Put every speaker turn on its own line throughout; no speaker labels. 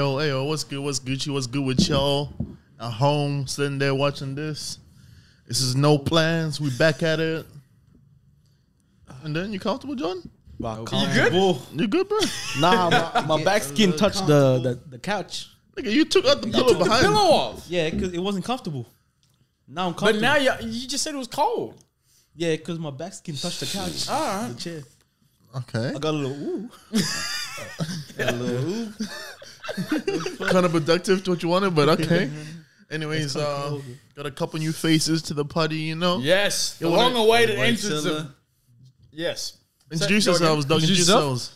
What's good? What's Gucci? What's good with y'all? At home, sitting there watching this. This is no plans. We back at it. And then you comfortable, John?
Wow,
good?
comfortable.
You good, bro?
Nah, my, my back skin touched the, the, the couch.
Nigga, you took out the pillow
Took the
Oh, behind.
pillow off.
Yeah, because it wasn't comfortable. Now I'm
But
comfortable.
now you you just said it was cold.
yeah, because my back skin touched the couch.
All right.
The chair.
Okay,
I got a little ooh.
counterproductive to what you wanted, but okay. Anyways, uh, got a couple new faces to the party. You know,
Yes. The
wanna-
long awaited
Wait,
entrance of.
Silla.
Yes.
introduce
Say- go again.
yourselves, dog. Introduce
Introduce yourself.
yourselves.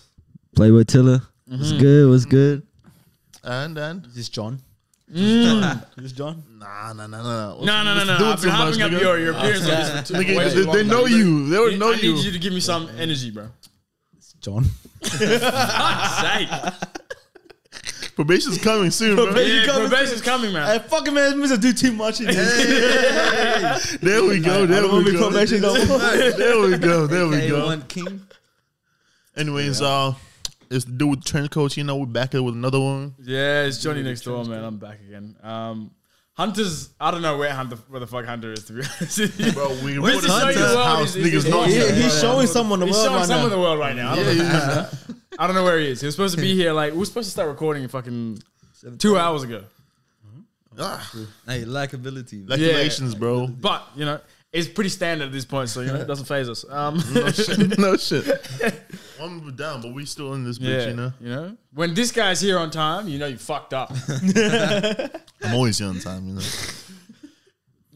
Playboy Tiller. What's good? What's good?
And and
Is this John? Is this John?
nah, nah, nah, nah. What's-
Mm. No, no,
what's
no,
doing
no.
too
I've been
much,
hopping up
nigga?
your, your appearance on this for too-
Nigga,
way
they,
too
they
long,
know
bro.
you. They
I
would know
need
you.
you to give me some energy, bro.
It's John.
Sake.
Probation's coming soon, bro.
Probation-
Yeah,
coming
probation's coming, man.
Hey, fucking man, this do too much in this.
There we go. There
don't
we
want me
go.
probation no more.
There we go. There we go.
King.
Anyways, uh, it's the dude with trench coat. You know, we're back here with another one.
Yeah, it's Johnny next door, man. I'm back again. Um, Hunter's. I don't know where Hunter, where the fuck Hunter is. To be honest with you,
Bro, we
Where's
went
the
Hunter's
show you world
house.
is- is-
Niggas
is-
know
is-
Yeah,
him.
he's showing someone the
He's
world
showing
right
some
now.
of the world right now. I don't, know, I don't know where he is. He was supposed to be here. Like we were supposed to start recording fucking two hours ago.
Ah,
Hey, likability.
Congratulations, bro.
But you know, it's pretty standard at this point, so you know it doesn't phase us. Um,
no shit. One move down, but we still in this bitch,
yeah,
you know.
when this guy's here on time, you know you fucked up.
I'm always here on time, you know.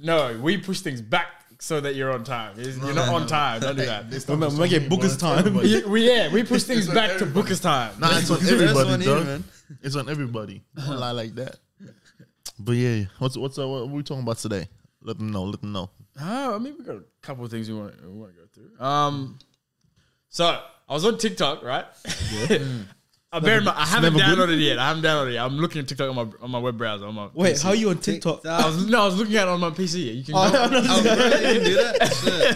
no, we push things back so that you're on time. It's- You're not on time. Don't do that.
Remember, when we get Booker's time.
Everybody.
Yeah, we, yeah, we push things back to Booker's time.
Nah, it's on
That's on
everybody,
you,
dog.
man.
It's on everybody. Don't lie like that. But yeah, what's what's uh, what are we talking about today? Let them know. Let them know.
Oh, I mean, we got a couple of things we want, we want to go through. Um, so I was on TikTok, right?
Mm.
I buried my. I haven't
never
downloaded it yet. I haven't downloaded it. yet. I'm looking at TikTok on my on my web browser. On my
Wait, how are you on TikTok?
I was, no, I was looking at it on my PC. You can
Oh,
go,
no, no, no.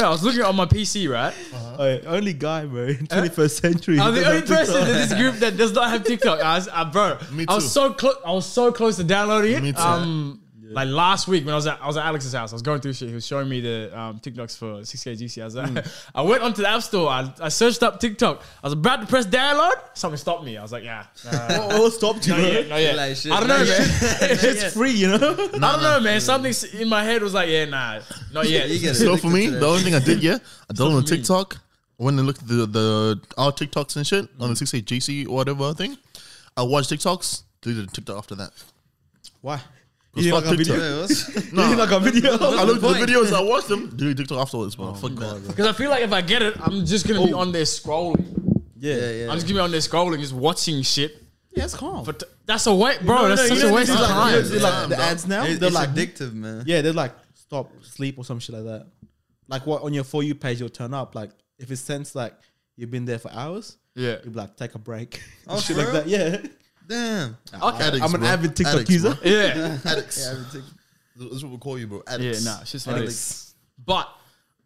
no, I was looking at it on my PC, right?
Hey, only guy, bro, in 21st century.
I'm
who
the
doesn't have TikTok.
only person in this group that does not have TikTok. I was, uh, bro,
Me
I
too.
was so close. I was so close to downloading it.
Me too.
Um, Like last week when I was at I was at Alex's house, I was going through shit. He was showing me the um, TikToks for 6K GC. I was like, I went onto the App Store. I, I searched up TikTok. I was about to press download. Something stopped me. I was like, yeah, nah,
Oh, oh, stop, you,
not
bro.
yet, not yet.
Like shit,
I don't know,
not
man.
It's free, you know?
I don't know, man. Something s- in my head was like, yeah, nah, not yet.
You get
So for me,
addicted
the only thing I did, yeah, I downloaded
for me.
TikTok. When I looked at the the our TikToks and shit on the 68 GC or whatever thing, I watched TikToks. Deleted TikTok after that.
Why?
It was
You
fuck
didn't like a
TikTok.
video?
to it.
You didn't like a
I
video?
looked at the
point?
videos, I watched them. Deleted TikTok afterwards, bro. Fuck that.
Because I feel like if I get it, I'm just gonna be on there scrolling.
Yeah, yeah.
I'm just gonna be on there scrolling, just watching shit.
Yeah, it's calm.
But th- that's a waste, bro.
no,
that's
no,
such
you know
a waste
these
of
like-
time.
it's like the ads now.
It's,
they're
it's
like,
addictive, man.
yeah, they're like stop sleep or some shit like that. Like what on your for you page, you'll turn up. Like if it sends like you've been there for hours,
Yeah.
you'll be like take a break.
Oh,
shit
for
like that. Yeah,
Damn.
Okay.
Addicts,
I'm an
bro.
avid TikTok
Addicts,
user.
bro.
Yeah.
Addicts.
Yeah, I would take-
That's what we call you, bro.
yeah.
Addicts.
Nah. It's just like this. But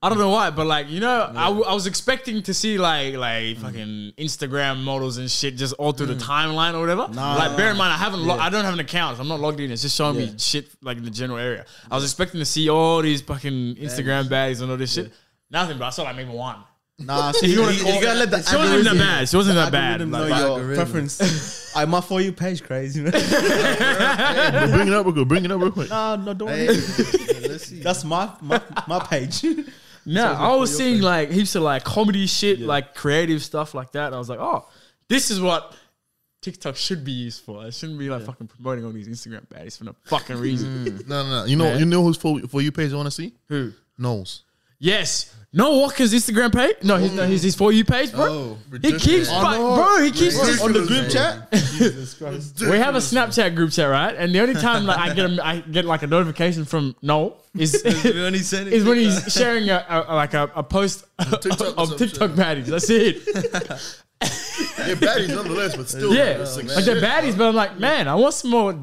I don't know why. But like you know, I, w- I was expecting to see like like fucking Instagram models and shit just all through the timeline or whatever. like bear in mind, I haven't. Lo- I don't have an account. so I'm not logged in. It's just showing
Yeah.
me shit like in the general area. I was expecting to see all these fucking Instagram baddies and all this shit. Nothing, bro. I saw like maybe one.
Nah, so
If you
you,
wanna
you
call it-
gotta let the
She wasn't even that bad. She wasn't that bad.
algorithm know
Like,
your
algorithm.
preference. I my for you page crazy man.
Bro, Bring it up real quick. Bring it up real quick.
nah, no, don't.
Hey, let's see.
That's my my, my page.
No, I was seeing like heaps of like comedy shit, like creative stuff like that. And I was like, oh, this is what TikTok should be used for. It shouldn't be like fucking promoting all these Instagram baddies for no fucking reason.
No, no, no. You know, you know who's for for you page I want to see?
Who?
Knowles.
Yes. No Walker's Instagram page? No, his, no, his, his For You page, bro.
Oh,
he
ridiculous.
keeps,
I
fuck-
know.
bro, he keeps.
Ridiculous.
just-
on the group
man.
chat. Jesus Christ.
we have a Snapchat group chat, right? And the only time like I get a, I get like a notification from Noel is
We only send it
is when
to
he's
the-
sharing a, a like a, a post
TikTok or
of
some
TikTok baddies. That's it.
Yeah, baddies nonetheless, but still.
Yeah,
that's like
like
shit.
they're baddies, but I'm like, man, I want some more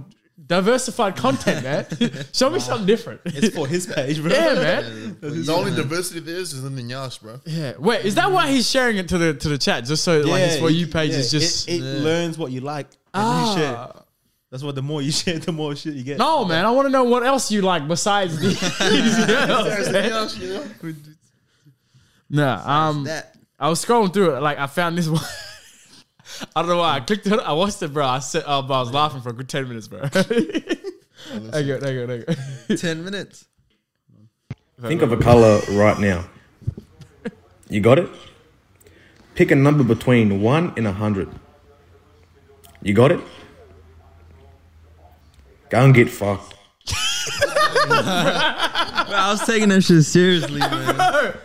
diversified content, man. Show me something different.
It's for his page, bro.
yeah, man.
The only diversity there is is in the Nyash, bro.
Yeah. Wait, is that why he's sharing it to the to the chat? Just so like his for you page
yeah,
is just
it, it learns what you like and you share.
ah.
That's why the more you share, the more shit you get.
No, man, I want to know what else you like besides these. girls, man. Nah, um,
that.
I was scrolling through it. Like I found this one. I don't know why I clicked it. I watched it, bro. I said, oh, but I was laughing for a good ten minutes, bro. okay, okay, okay.
Ten minutes.
Think of a color right now. You got it? Pick a number between 1 and 100. You got it? Go and get fucked.
I was taking that shit seriously, man.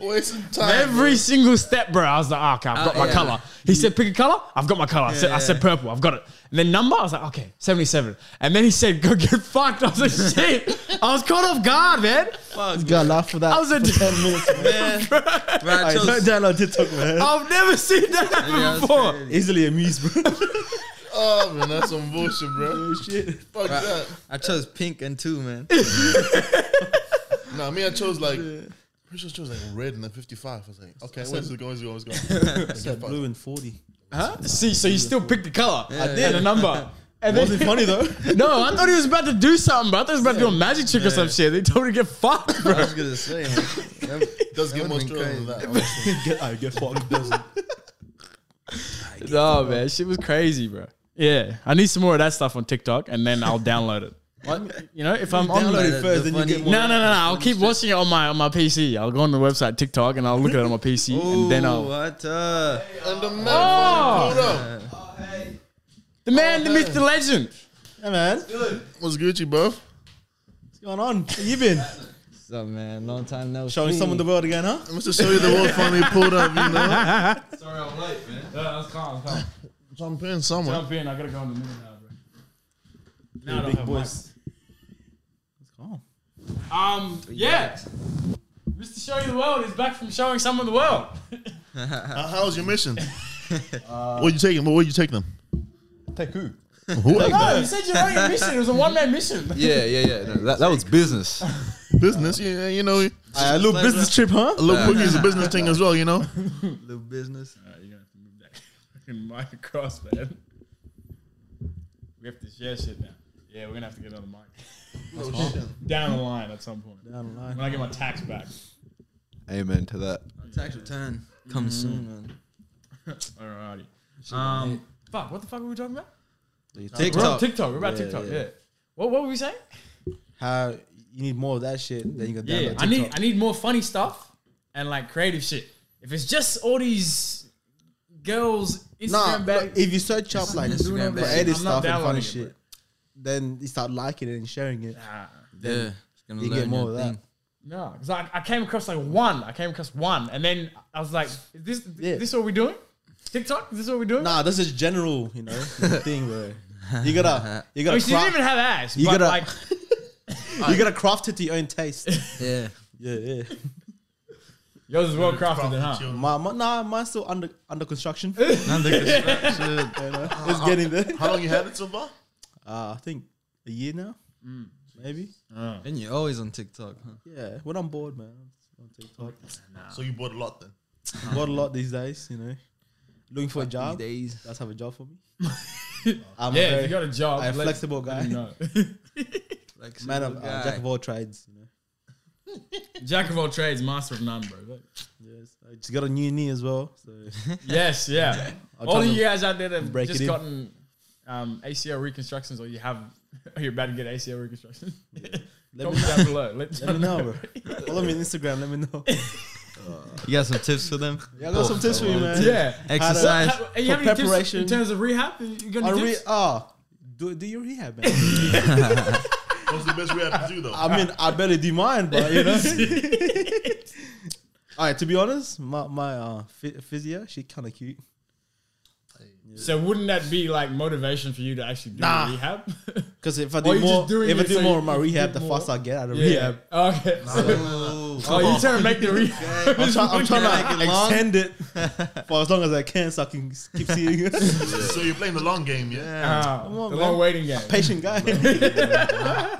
Wasting time.
Every single step, bro. I was like, oh, okay, I've got
Oh,
my
yeah.
color. He said, pick a color. I've got my color. I, said, I said purple. I've got it. And then number, I was like, okay, 77. And then he said, go get fucked. I was like, shit. I was caught off guard, man.
You gotta laugh for that.
I was a-
for ten minutes.
man. Bro, I
Hey,
chose,
don't download TikTok, man.
I've never seen that happen
Yeah, that's
before.
crazy.
Easily amused, bro.
Oh man, that's some bullshit, bro.
Oh, Shit.
Fuck that.
I chose pink and two, man.
Nah, me, I chose like. Pretty sure I chose like red and then 55. I was like, okay, where's it going? Where's it going? Where's it going?
Blue and forty.
Huh? See, so you still picked the color I
yeah.
and the number. And then,
Wasn't funny though.
no, I thought he was about to do something, bro. I thought he was about to do a magic trick or some shit. They told me to get fucked, bro.
I was gonna say, man. That,
Does get more
would've been
stronger than
crazy.
that.
get, I get fucked. Doesn't.
No, man, shit was crazy, bro. Yeah, I need some more of that stuff on TikTok, and then I'll download it. What? You know, if I'm on
Download
the,
it first, then you get more.
no, no, no, no, I'll keep watching it on my on my PC. I'll go on the website TikTok and I'll look at it on my PC, and then
Ooh,
I'll.
what up?
And the man
Oh!
pulled up.
The man, the myth, the legend.
Hey man, what's
What's Gucci, bro?
going on? Where you been
What's up, man? Long time no
showing
see.
someone the world again, huh?
I'm just to show you the world finally pulled up, you know?
Sorry, I'm late, man. No, I Uh, was calm, calm.
Jump in somewhere.
in. I gotta go in the middle now, bro. Now I don't
Big
have
boys. Oh,
mic. Um, yeah. Mr. Show You the World is back from showing someone the world.
Uh, how was your mission? where'd you take them? Where'd you take them?
take who?
Who?
No, you said you're on your mission. It was a one man mission.
Yeah, yeah, yeah. No, that, that was business.
business, you, you know.
a little business trip, huh?
A little cookie is a business thing as well, you know?
Little business.
Alright, you're gonna have to move that fucking mic across, man. We have to share shit now. Yeah, we're gonna have to get another mic. Oh, Down the line at some point.
Down the line.
When I get my tax back.
Amen to that.
Tax return comes soon, man.
Alrighty. Um, fuck, what the fuck were we talking about? We're on
TikTok.
TikTok. We're about
Yeah,
TikTok, yeah.
yeah.
What, what were we saying?
How you need more of that shit? Then you can download
Yeah, I need I need more funny stuff and like creative shit. If it's just all these girls
Nah,
Instagram
but
back,
if you search up like
Instagram
Instagram
bag.
creative
I'm not
stuff and
downloading
funny
it,
shit, then you start liking it and sharing it.
nah,
Yeah. It's gonna
You
learn
get more
your
of that.
thing.
No, because I, I came across like one. I came across one, and then I was like, "Is this is
Yeah.
this what we're doing? TikTok? Is this what we're doing?"
Nah, this is general, you know, thing where you gotta you
I
gotta
mean, she didn't
craft,
Oh, even have ass.
You
but
gotta-
like,
you gotta craft it to your own taste.
Yeah.
yeah, yeah.
yours is well crafted, then, huh?
My, my, nah, mine's still under under construction.
How
it's getting there.
long you had it so far?
Uh, I think a year now,
Mm.
maybe.
And you're always on TikTok, huh?
Yeah, when I'm bored, man, I'm on TikTok.
So you bought a lot then.
bored a lot these days, you know. Looking for a job.
These days.
Let's have a job for me. I'm a
Yeah,
very-
if you got a job.
I'm a
let-
flexible guy,
No.
Like
man of
single
uh,
guy.
jack of all trades. You know.
Jack of all trades, master of none, bro.
Yes, I just got a new knee as well. So
Yes, yeah.
I'll
all
try
of
to
you guys out there that have
break
just
it in.
gotten um, ACL reconstructions, or you have, or you're about to get ACL reconstruction.
let me,
Comment down below. Let,
let me know, bro. Follow me on Instagram. Let me know.
You got some tips for them?
Yeah, I got some tips for you, man.
Yeah.
Exercise.
How- you have any tips in
preparation.
terms of rehab? You got
I
any
re-
tips?
ah, do do your rehab, man.
What's the best way I to do though?
I mean, I better do mine, but you know. All right, to be honest, my my uh, phy- physio, she kind of cute.
So wouldn't that be like motivation for you to actually do
Nah.
rehab?
Because if I
Or
do
you're just
more,
doing
if I
it
do
so
more
you
of my
can
rehab,
get
the
more-
faster I get out of
yeah.
rehab.
Okay. So, oh, you trying to make the rehab?
I'm, try- I'm trying to
it long?
extend it for as long as I can, so I can s- keep seeing it.
so you're playing the long game, yeah?
Ah,
on,
the
man.
long waiting game.
Patient guy.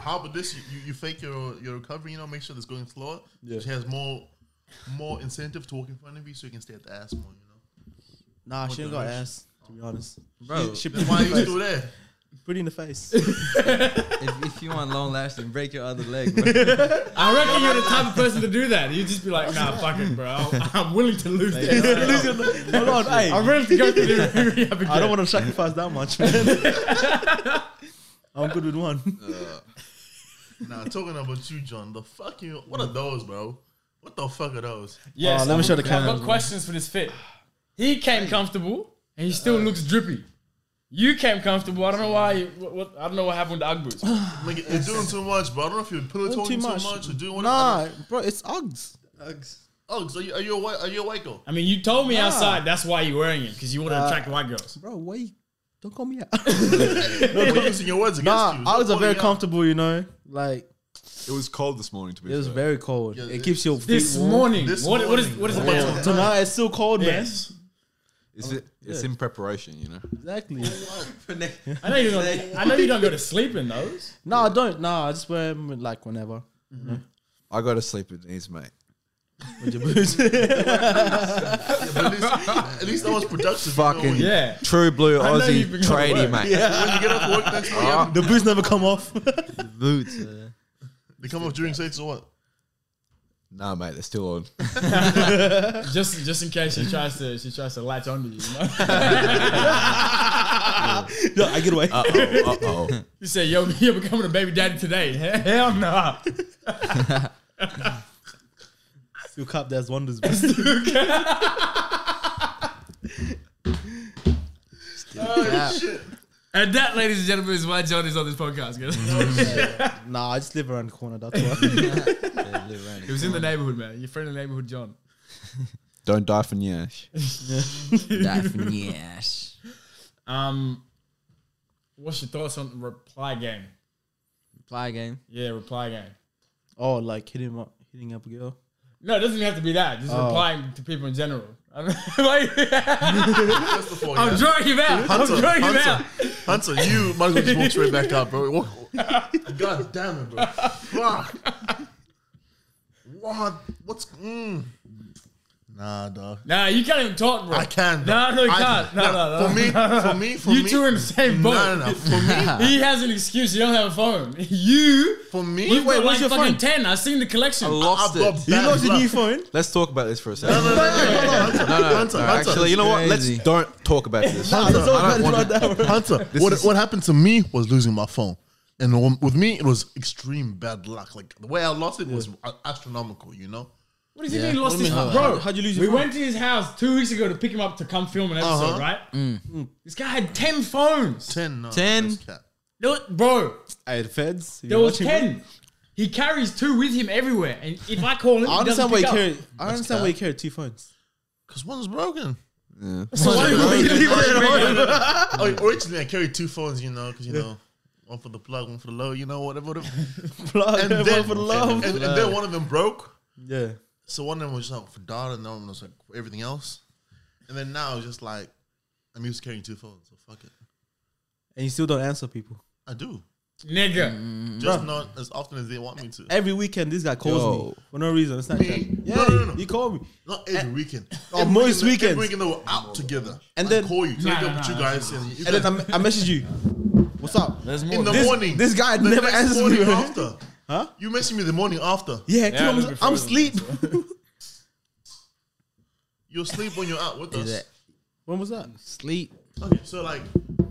How about this? You, you, you fake your, your recovery, you know, make sure that's going slower.
Yeah.
She has more more incentive to walk in front of you so you can stay at the ass more, you know?
nah, she ain't got ass. To be honest,
Bro,
she, she
Then why are you still there?
Pretty in the face.
if, if you want long lasting, break your other leg. Bro.
I reckon you're the type of person to do that. You'd just be like, nah, fuck it, bro. I'm willing to lose this.
Hold on, hey.
I'm willing to go through this rehab
I
again.
don't want to sacrifice that much, man. I'm good with one.
Nah, talking about you, John. The fucking what are those, bro? What the fuck are those?
Oh, let me show the
I've
camera.
got questions for this fit. He came comfortable and he still looks drippy. You came comfortable. I don't know why. you- What, what, I don't know what happened to Ugg boots.
Like, you're doing too much, bro. I don't know if you're pillow
Too
talking too
much.
much, or doing what.
Nah, bro, it's Uggs.
Oh, so you, are you a white? Are you a white girl?
I mean, you told
Ah.
me outside that's why you're wearing it because you
Uh,
want to attract white girls.
Bro, why? you- Don't call me out.
No, you're using your words against
nah,
you. uh,
Uggs are
Stop
very
calling out.
comfortable, you know? Like,
It was cold this morning, to be
it was
fair.
very cold.
Yeah,
it keeps your feet
This
warm.
morning,
This
what, what is
morning.
what is the
Yeah.
button?
Tonight, it's still cold, man.
Yes.
It's, it, it's in preparation, you know.
Exactly.
I know you don't. I know you don't go to sleep in those.
no, I don't. Nah, I just wear 'em, like whenever.
I got to sleep in these, mate.
With your boots.
At least, at least that was productive.
Fucking-
You know, when, you-
Yeah.
True blue
know
Aussie
you've been going to
tradie,
work.
mate.
when you get off work next morning,
Ah.
the boots never come off.
Boots. Uh,
they come off during sex or what?
Nah, mate, they're still on.
Just just in case she tries to she tries to latch onto you. you know?
no, I get away.
Uh oh.
You say, yo, you're becoming a baby daddy today. Hell no.
Your cup does wonders, bro.
And that, ladies and gentlemen, is why John is on this podcast. guys.
nah, I just live around the corner. That's why.
yeah, live around
it was in the neighborhood, man. Your friend in the neighborhood, John.
Don't die for Nyash.
Die from yes.
Um, what's your thoughts on reply game?
Play game.
Yeah, reply game.
oh, like hitting up, hitting up a girl.
No, it doesn't even have to be that. Just
Oh.
replying to people in general. I don't know. Like,
That's the point.
I'm
yeah.
drawing him out. I'm
Hunter,
drawing him out.
Hunter, Hunter, you might as well just walk straight back up, bro. Walk- God damn it, bro. Fuck. What? What's? Mm. Nah, dog.
Nah, you can't even talk, bro.
I can.
No,
dog.
no, you
I-
can't. No,
nah,
no, no.
For me, for me, for
You
me.
two are in the same boat.
No, no, no. For me,
He has an excuse. You don't have a phone. You.
for me.
You've
Wait,
got
what's
like
your
fucking
phone?
ten. I've seen the collection.
I've got
it.
You
bad
lost your
luck.
E
new phone.
Let's talk about this for a
No,
second.
no, no, no, no, Hunter, Hunter,
No,
Hunter.
actually, you know what? Let's
Crazy.
don't talk about this.
That's all
I don't want to.
Hunter, what, what happened to me was losing my phone. And w- with me, it was extreme bad luck. Like the way I lost it was a- astronomical, you know?
What does he mean lost
What do
his
you mean,
phone?
how-
Bro,
how'd you lose your
We
phone?
went to his house two weeks ago to pick him up to come film an episode,
Uh-huh.
right?
Mm.
Mm. This guy had 10 phones.
10. No,
10?
that's cap.
There was- bro,
Hey, the feds.
there was 10. He carries two with him everywhere. And if I call him,
I
he doesn't
understand why
pick
you
up.
carry. I understand why you carry two phones.
Because one's broken.
So why do we leave it at home?
Oh, originally, I carried two phones, you know, because, you know, one for the plug, one for the load, you know, whatever. whatever.
Plug
And,
them
then,
up for love.
and, and then one of them broke.
yeah.
So one of them was just like for data, and the other one was like for everything else. And then now it's just like, I'm used to carrying two phones, so fuck it.
And you still don't answer people.
I do.
Nigga.
Mm-hmm.
Just not as often as they want me to.
Every weekend, this guy calls me
Yo.
for no reason. It's not
Me?
Yeah,
No, no, no, no.
you call me.
Not every weekend.
Oh,
Every
most
weekend,
weekends.
Every weekend that we're out together.
And
I
then-
call you,
Nah,
take
nah,
up with you
nah,
guys, and you
And then
guys-
I'm- I message you. What's up?
There's more.
in the
this-
morning.
this guy
the
never
next
answers
morning
me.
after.
Huh?
You message me the morning after.
Yeah, 'cause
Yeah,
I'm-
I live in
I'm
Frozen,
asleep.
You're asleep when you're out with
Is
us.
it
when was that?
sleep?
Okay, so like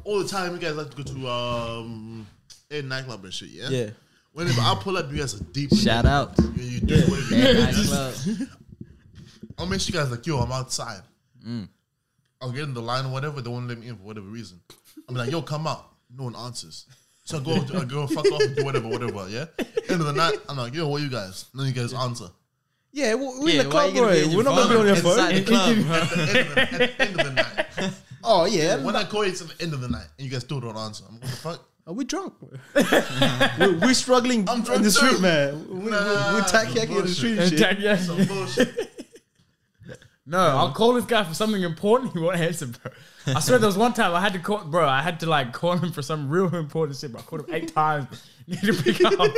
all the time, you guys like to go to um a nightclub and shit. Yeah.
Yeah.
Whenever I pull up, you guys are deep.
Shout out.
You, you do whatever you do.
Night club.
I'll message you guys like, yo, I'm outside.
Mm.
I'll get in the line or whatever. They won't let me in for whatever reason. I'm like, yo, come out. No one answers. So I go, I go, fuck off, do whatever, whatever. Yeah. End of the night, I'm like, yo, where you guys? None of you guys answer.
Yeah, we- we're
Yeah,
in the
why you
club,
gonna
bro.
be in your
We're not gonna be
phone?
on your phone.
Inside the club, bro.
At the end of the, at the, end of the night.
Oh yeah,
When I call you, it's at the end of the night, and you guys still don't answer. I'm like, what the fuck?
Are we drunk? we're, we're struggling
I'm
in
drunk
the street,
too.
man. We- We,
Nah,
we're tack yacking in the
bullshit.
street and shit.
Jack, yeah.
Some bullshit.
No, I'll call this guy for something important. He won't answer, bro. I swear there was one time I had to call, bro. I had to like call him for some real important shit, bro. I called him eight times. Need to pick up.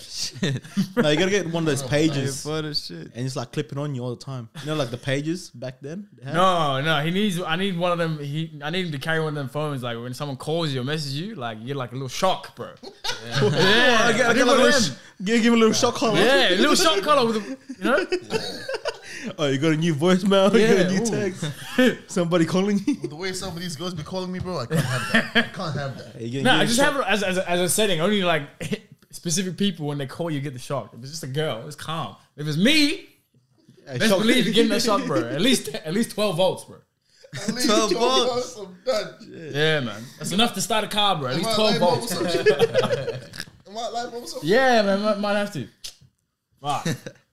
shit.
No, you gotta get one of those pages, and
What a shit.
it's like clipping on you all the time. You know, like the pages back then. they had?
No, no, he needs. I need one of them. He, I need him to carry one of them phones. Like when someone calls you or messages you, like you get like a little shock, bro. Yeah, yeah. I
Get-
need
get like
one of
a little
them.
sh- give give him a little shock collar.
Yeah, a little shock collar with, a, you know.
Oh, you got a new voicemail. You got
Yeah,
a new
ooh.
text. Somebody calling you.
The way some of these girls be calling me, bro, I can't have that. I can't have that.
You're getting-
No,
you're
I just
shocked.
have it as, as, as a setting. Only like specific people when they call you get the shock. If it's just a girl, it's calm. If it's me,
Hey,
best
shock.
believe you're getting that shock, bro. At least at least twelve volts, bro.
At least
12
bucks. I'm done.
Yeah, man, that's enough to start a car, bro. At
Am
least
I
twelve
live bulb or
volts.
some shit? Am I live bulb or some shit?
Yeah, man, might, might have to. Fuck.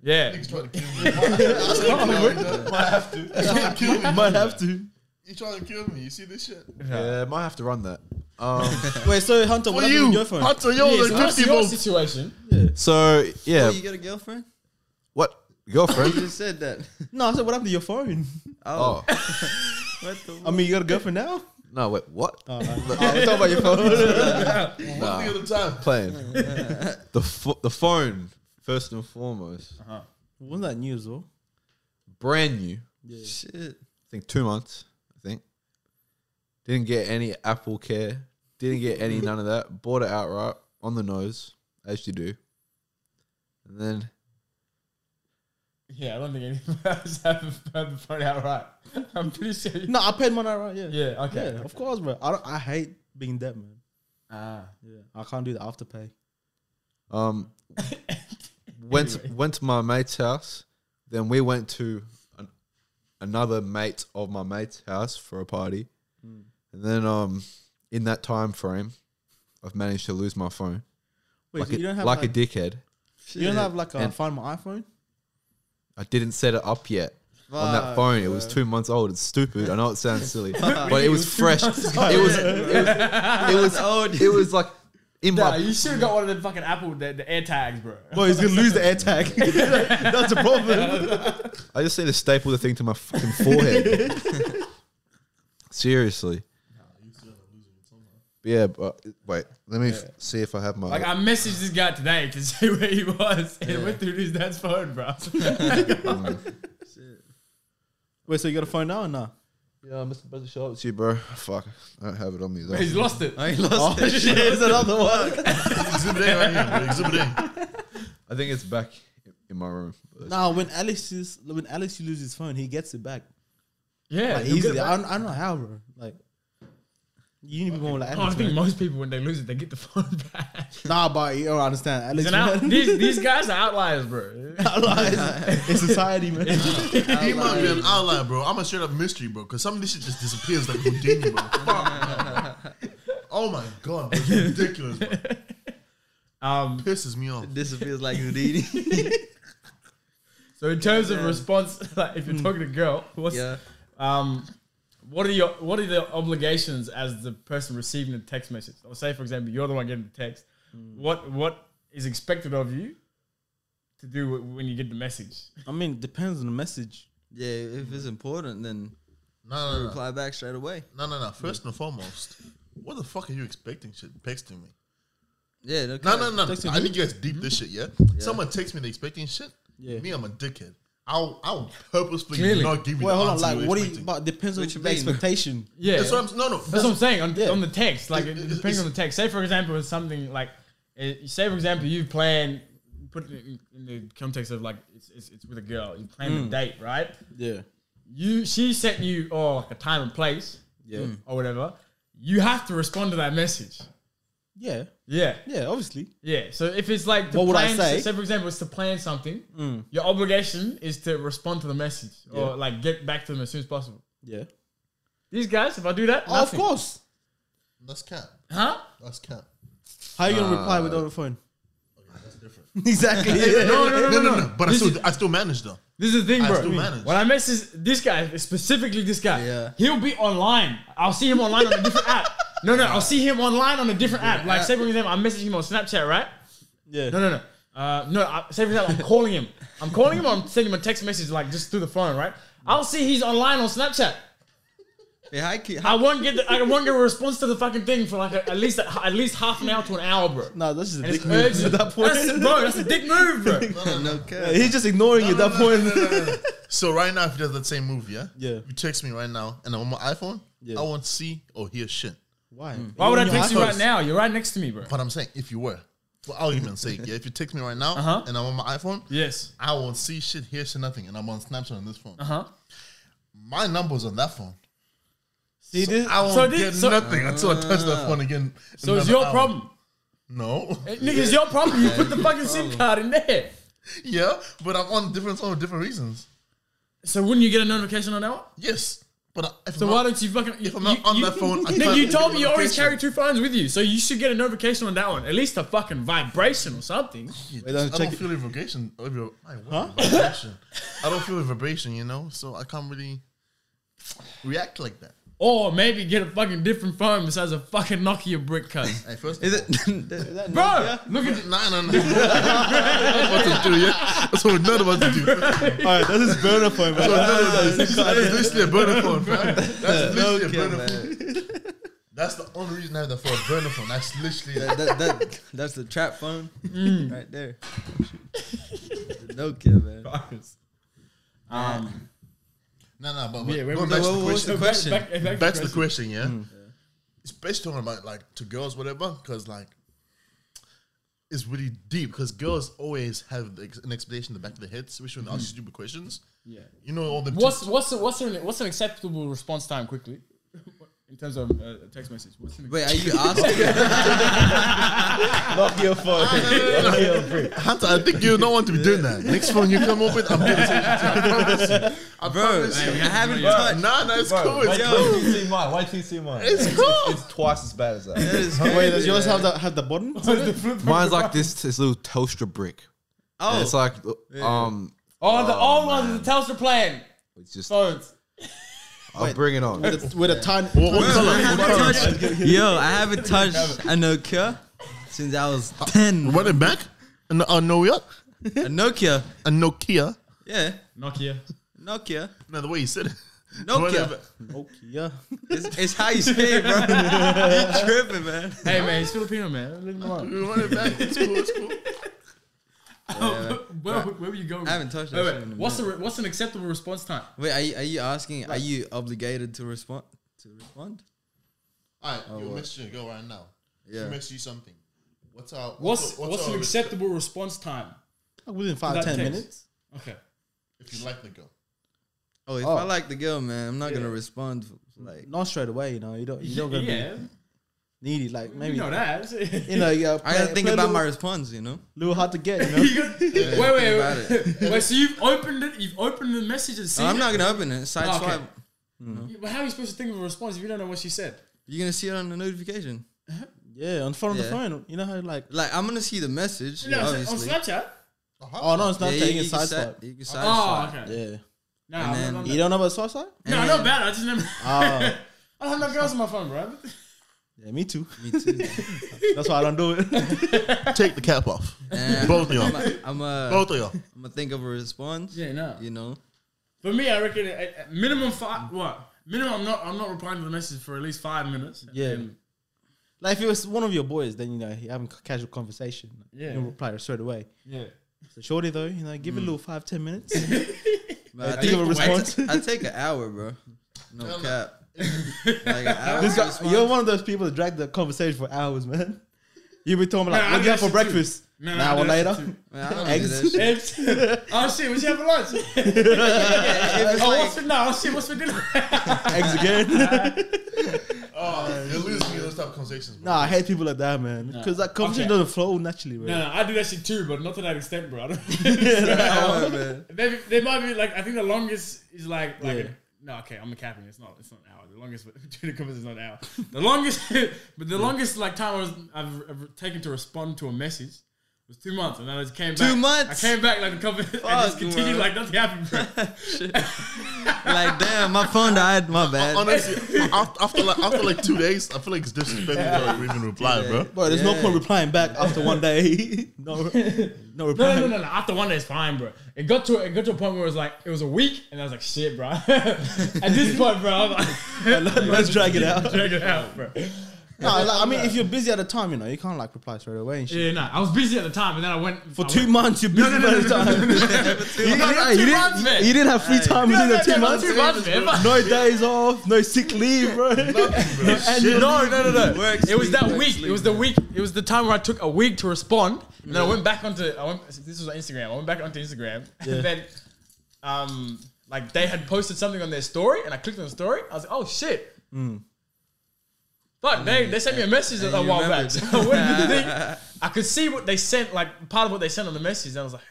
Yeah.
He's trying to kill me. Might have to. He's trying to kill me.
Might have to.
He's trying to kill me. You see this shit?
Yeah, might have to run that. Um,
Wait, so Hunter, what
For
happened with
you,
your phone?
Hunter, you're
Yeah, so
like
what's
50
your
volts.
situation?
so yeah,
Oh, you got a girlfriend?
what
You
girlfriend?
just said that.
No, I said, what happened to your phone?
Oh,
oh
what the?
I mean, you got a girlfriend now?
no, wait, what? Look, I'm talking about your phone.
One thing at a time.
Playing the pho- the phone first and foremost,
Wasn't that news, though?
brand new.
Shit.
I think two months. I think didn't get any Apple Care. Didn't get any none of that. Bought it outright on the nose, as you do. And then
Yeah, I don't think any of us have have the phone out right. I'm pretty sure.
No, I paid mine outright, yeah.
Yeah, okay.
Yeah, of course, bro. I, don't, I hate being in debt, man.
Ah.
Yeah, I can't do the afterpay.
Um, went went to my mate's house. Then we went to an, another mate of my mate's house for a party,
Hmm.
and then um, in that time frame, I've managed to lose my phone
Wait,
like,
so
a,
you don't have
like
like-
a dickhead.
you don't have like a
And-
find my iPhone?
I didn't set it up yet. on that phone, it was two months old. It's stupid. I know it sounds silly, but it was fresh. It was, it was, it was old. It was like in
Nah,
my
you should have got one of the fucking Apple, the, the AirTags, bro.
Well, he's gonna lose the air tag. That's a problem.
I just need to staple the thing to my fucking forehead. Seriously. But Yeah, but wait. Let me f- see if I have my.
Like, I messaged this guy today to see where he was and went through his dad's phone, bro.
Wait, so you got a phone now or nah?
yeah, I'm just about to show it to you, bro. Fuck, I don't have it on me though.
He's lost it.
I ain't lost it.
There's Oh, another one.
Exhibit A right here, bro. Exhibit A.
I think it's back i- in my room.
Nah, when Alex is when Alex loses his phone, he gets it back
Yeah.
like, easily. I don't, I don't know how, bro. Like, you need to be more like
Oh, I
Alex.
think
man.
most people, when they lose it, they get the phone back.
Nah, but you don't understand. Alex,
He's an out-
man.
these, these guys are outliers, bro.
Lies. in society, man.
He might be an outlier, bro. I'm a straight up mystery, bro. Because some of this shit just disappears like Houdini, bro. Fuck. Oh my god, bro. It's ridiculous, bro.
Um,
Pisses me off.
This feels like Houdini.
so, in terms of response, like, if you're talking to a girl, what's,
yeah.
um, what are your what are the obligations as the person receiving the text message? Or say, for example, you're the one getting the text. What what is expected of you to do wh- when you get the message?
I mean, depends on the message.
Yeah, if it's important, then
No, no, no.
reply back straight away.
No, no, no. First and foremost, what the fuck are you expecting? Shit, texting me.
Yeah, okay.
No, no, no.
Texting
I
who?
need you guys deep this shit. Yeah? Someone texts me, they expecting shit.
Yeah.
Me, I'm a dickhead. I'll, I'll purposefully
Clearly.
not give you.
Wait,
the
hold on.
answer
Like,
you're
what do you?
expecting.
But depends on
What you
the
mean?
expectation.
Yeah,
That's what I'm. No, no.
That's what I'm saying on,
Yeah.
on the text. Like
It-
it,
it-
depending
it's-
on the text. Say for example, it's something like eh, say for example you plan put it in, in the context of like it's, it's, it's with a girl. You plan
Mm.
the date, right?
Yeah.
You she sent you oh like a time and place Mm.
Yeah.
or whatever. You have to respond to that message.
Yeah.
Yeah,
Yeah. Obviously.
yeah. So if it's like to
What would I
plan,
say? Mm.
say for example, it's to plan something. Your obligation is to respond to the message
Yeah.
or like get back to them as soon as possible.
Yeah.
These guys, if I do that,
Oh, of
nothing.
course.
That's cap.
huh?
That's cap.
How you gonna reply without a phone?
That's different.
exactly. Yeah.
No, no,
No,
no, no,
no, no. But I
This
still,
is-
I still manage though.
This is the thing,
I
bro.
still manage.
When I message this guy, specifically this guy,
Yeah.
he'll be online. I'll see him online on a different app. No, no, I'll see him online on a different app. Like, say for example, I'm messaging him on Snapchat, right?
Yeah.
No, no, no. Uh, no, I, say for example, I'm calling him. I'm calling him or I'm sending him a text message, like, just through the phone, right? I'll see he's online on Snapchat.
Yeah, I keep-
I won't get the, I won't get a response to the fucking thing for like a, at least at least half an hour to an hour, bro.
No, that's just a
And it's
dick move.
urgent.
At that point,
That's, bro, that's a dick move, bro.
no care.
he's just ignoring you. At that point,
So right now, if he does that same move, yeah,
Yeah.
you text me right now, and I'm on my iPhone.
Yeah.
I won't see or hear shit.
why?
Why would I
You're on your
text you right
iPhones.
now? You're right next to me, bro.
But I'm saying, if you were, for argument's sake, yeah, if you text me right now,
Uh-huh.
and I'm on my iPhone,
Yes.
I won't see shit, hear shit, nothing, and I'm on Snapchat on this phone.
Uh huh.
My number's on that phone.
See this?
I won't
So this-
get
so-
nothing until I touch that phone again.
So it's
another
your
hour.
problem.
No.
Eh, Nigga, it's your problem. You put the fucking SIM card in there.
yeah, but I'm on different phone for different reasons.
So wouldn't you get a notification on that one?
Yes, but I, if
So
I'm
why
not-
don't you fucking?
If I'm not on that phone, I
nigga,
can't
you
get
told
a
me you always
notification.
carry two phones with you, so you should get a notification on that one. At least a fucking vibration or something.
Shit,
Wait, don't
I
check
don't
it.
feel the vibration. of your- my word, vibration. I don't feel the vibration, you know, so I can't really react like that.
Or maybe get a fucking different phone besides a fucking Nokia brick cut.
Hey, first
Is
of all,
it?
Bro, look at
Nah, nah, nah. That's what to do, yeah? That's what we're not about to do. That's
All right, that's his burner phone,
what
man.
we're not about to do. That's literally a burner phone, fam. That's literally a burner phone.
that,
That's the only reason I have that for a burner phone. That's literally that.
that, that, that's the trap phone
Mm.
right there. no care, man.
um,
No, no, but, but
Yeah, where
going
we-
back to
what-
the
what was
question.
the question?
Back, back, back
Back
to
to the question, yeah? Especially talking about, like, to girls, whatever, because, like, it's really deep because girls always have the ex- an explanation in the back of their heads, especially when they ask you stupid questions. Yeah. You know, all the.
What's what's what's an what's an acceptable response time quickly? In terms of uh, text message, what's an
Wait, are you asking?
Knock your phone. Knock your phone.
Hunter, I think you don't want to be doing that. Next phone you come up with, I'm going to say
Bro, I haven't
Bro.
touched.
Nah, nah, it's cool. It's
Yo,
cool.
you see mine. Why do you see mine?
It's cool.
It's twice as bad as that.
That is
Wait, does
crazy,
yours have
man.
the have the button?
Mine's like this, this little Telstra brick.
Oh,
And it's like, um,
Oh, the old ones, the Telstra plan
it's just,
phones.
I'll bring it on.
With a, with a tiny.
What
I
color?
haven't touched. Yo, I haven't touched a Nokia since I was ten.
Run it back? uh, A no- a Nokia?
A Nokia.
A Nokia?
Yeah,
Nokia.
Nokia.
No, the way you said it.
Nokia.
Whatever.
Yeah.
It's, it's how you say it, bro. you tripping, man.
Hey man, he's Filipino man. Leave him alone.
Run it back. It's cool. It's cool.
where, where were you going?
I haven't touched that
Wait,
shit
wait,
in a
what's the re- what's an acceptable response time?
Wait, are you, are you asking? Are you obligated to respond? To respond?
All right, you message your girl right now.
Yeah.
She messaged you something. What's our.
What's
our-
what's
our
an acceptable response time?
Within five
That
ten
text.
minutes.
Okay.
If you like the girl.
Oh, if I like the girl, man, I'm not gonna respond. Like,
Not straight away, you know. You don't. You don't gonna
yeah,
be needy. Like maybe.
you know that.
You know. Yeah.
I gotta think about my response. You know.
Little hard to get. You know.
wait, wait,
about
wait. wait. So you've opened it. You've opened the message and seen.
I'm
it?
not gonna open it. Side
Oh, okay.
swipe.
But how are you supposed to think of a response if you don't know what she said?
You're gonna see it on the notification.
yeah. On phone. On the
Yeah.
phone. You know how like.
Like, I'm gonna see the message.
No, on
obviously.
Snapchat.
Oh no, it's
Yeah,
not
you,
taking
you,
a
can
side
side,
swipe.
you can side
Oh,
swipe.
okay.
Yeah.
No,
And then-
I'm,
You
i
don't know about side swipe?
no, not bad. I just never.
Ah.
I don't have no girls on my phone, bro.
Yeah, me too.
Me too.
That's why I don't do it.
Take the cap off.
And
Both of y'all.
I'm a, I'm a,
Both of y'all.
I'm a think of a response.
Yeah, no.
You know.
For me, I reckon at, at minimum five. What minimum? I'm not. I'm not replying to the message for at least five minutes.
Yeah.
And-
like if it was one of your boys, then you know you having a casual conversation.
Yeah.
you reply straight away.
yeah.
So shorty though, you know, give it a little five ten minutes.
But I
think of a response.
I take an hour, bro. No cap. like an hour.
This guy,
response.
you're one of those people that drag the conversation for hours, man. You be talking like,
Nah,
what
I
do you have
do
for
that shit
breakfast?
Nah,
An
nah, I
hour
do that
later,
shit too.
Man, I don't do
eggs.
that shit.
It's- oh shit! What's your for lunch?
If it's
oh,
like-
what's for no? Oh shit! What's for dinner?
eggs again.
Oh, you're losing me those type of conversations. bro.
nah, I hate people like that, man. Because that conversation
Okay.
doesn't flow naturally, man.
no, no, I do that shit too, but not to that extent, bro. I don't-
hour, man.
Maybe they might be like I think the longest is like like
Yeah.
no okay I'm a captain it's not it's not an hour the longest between the covers is not an hour the longest but the longest like time I was, I've, I've taken to respond to a message It was two months, and then I just came back.
Two months?
I came back like a couple, and just
Fuck,
continued
bro.
like nothing happened. Bro.
Like, damn, my phone died. My bad.
Honestly, after, after, like, after like two days, I feel like it's disrespectful that we even reply, bro.
Bro, there's no point replying back after one day. no, no
No,
reply.
no, no, no, no. After one day, it's fine, bro. It got to it got to a point where it was like it was a week, and I was like, shit, bro. At this point, bro, I'm like,
Let's drag it out.
drag it out, bro.
No, like, I mean, if you're busy at the time, you know, you can't like reply straight away and shit.
Yeah, no, I was busy at the time, and then I went
For two months, you're busy
no, no,
by
no,
the time.
You
Hey, you, didn't, you didn't have free time within the two months.
Two months, man.
No days off, no sick leave, bro.
No, no, no, no.
Works
it was
leave,
that
works
week. It was the week. It was the time where I took a week to respond, and then I went back onto. I went. This was on Instagram. I went back onto Instagram, and then, um, like they had posted something on their story, and I clicked on the story. I was like, oh shit. Fuck, they, they sent me a message a
you
while back.
remembered.
So I went to the thing. I could see what they sent, like part of what they sent on the message. And I was like,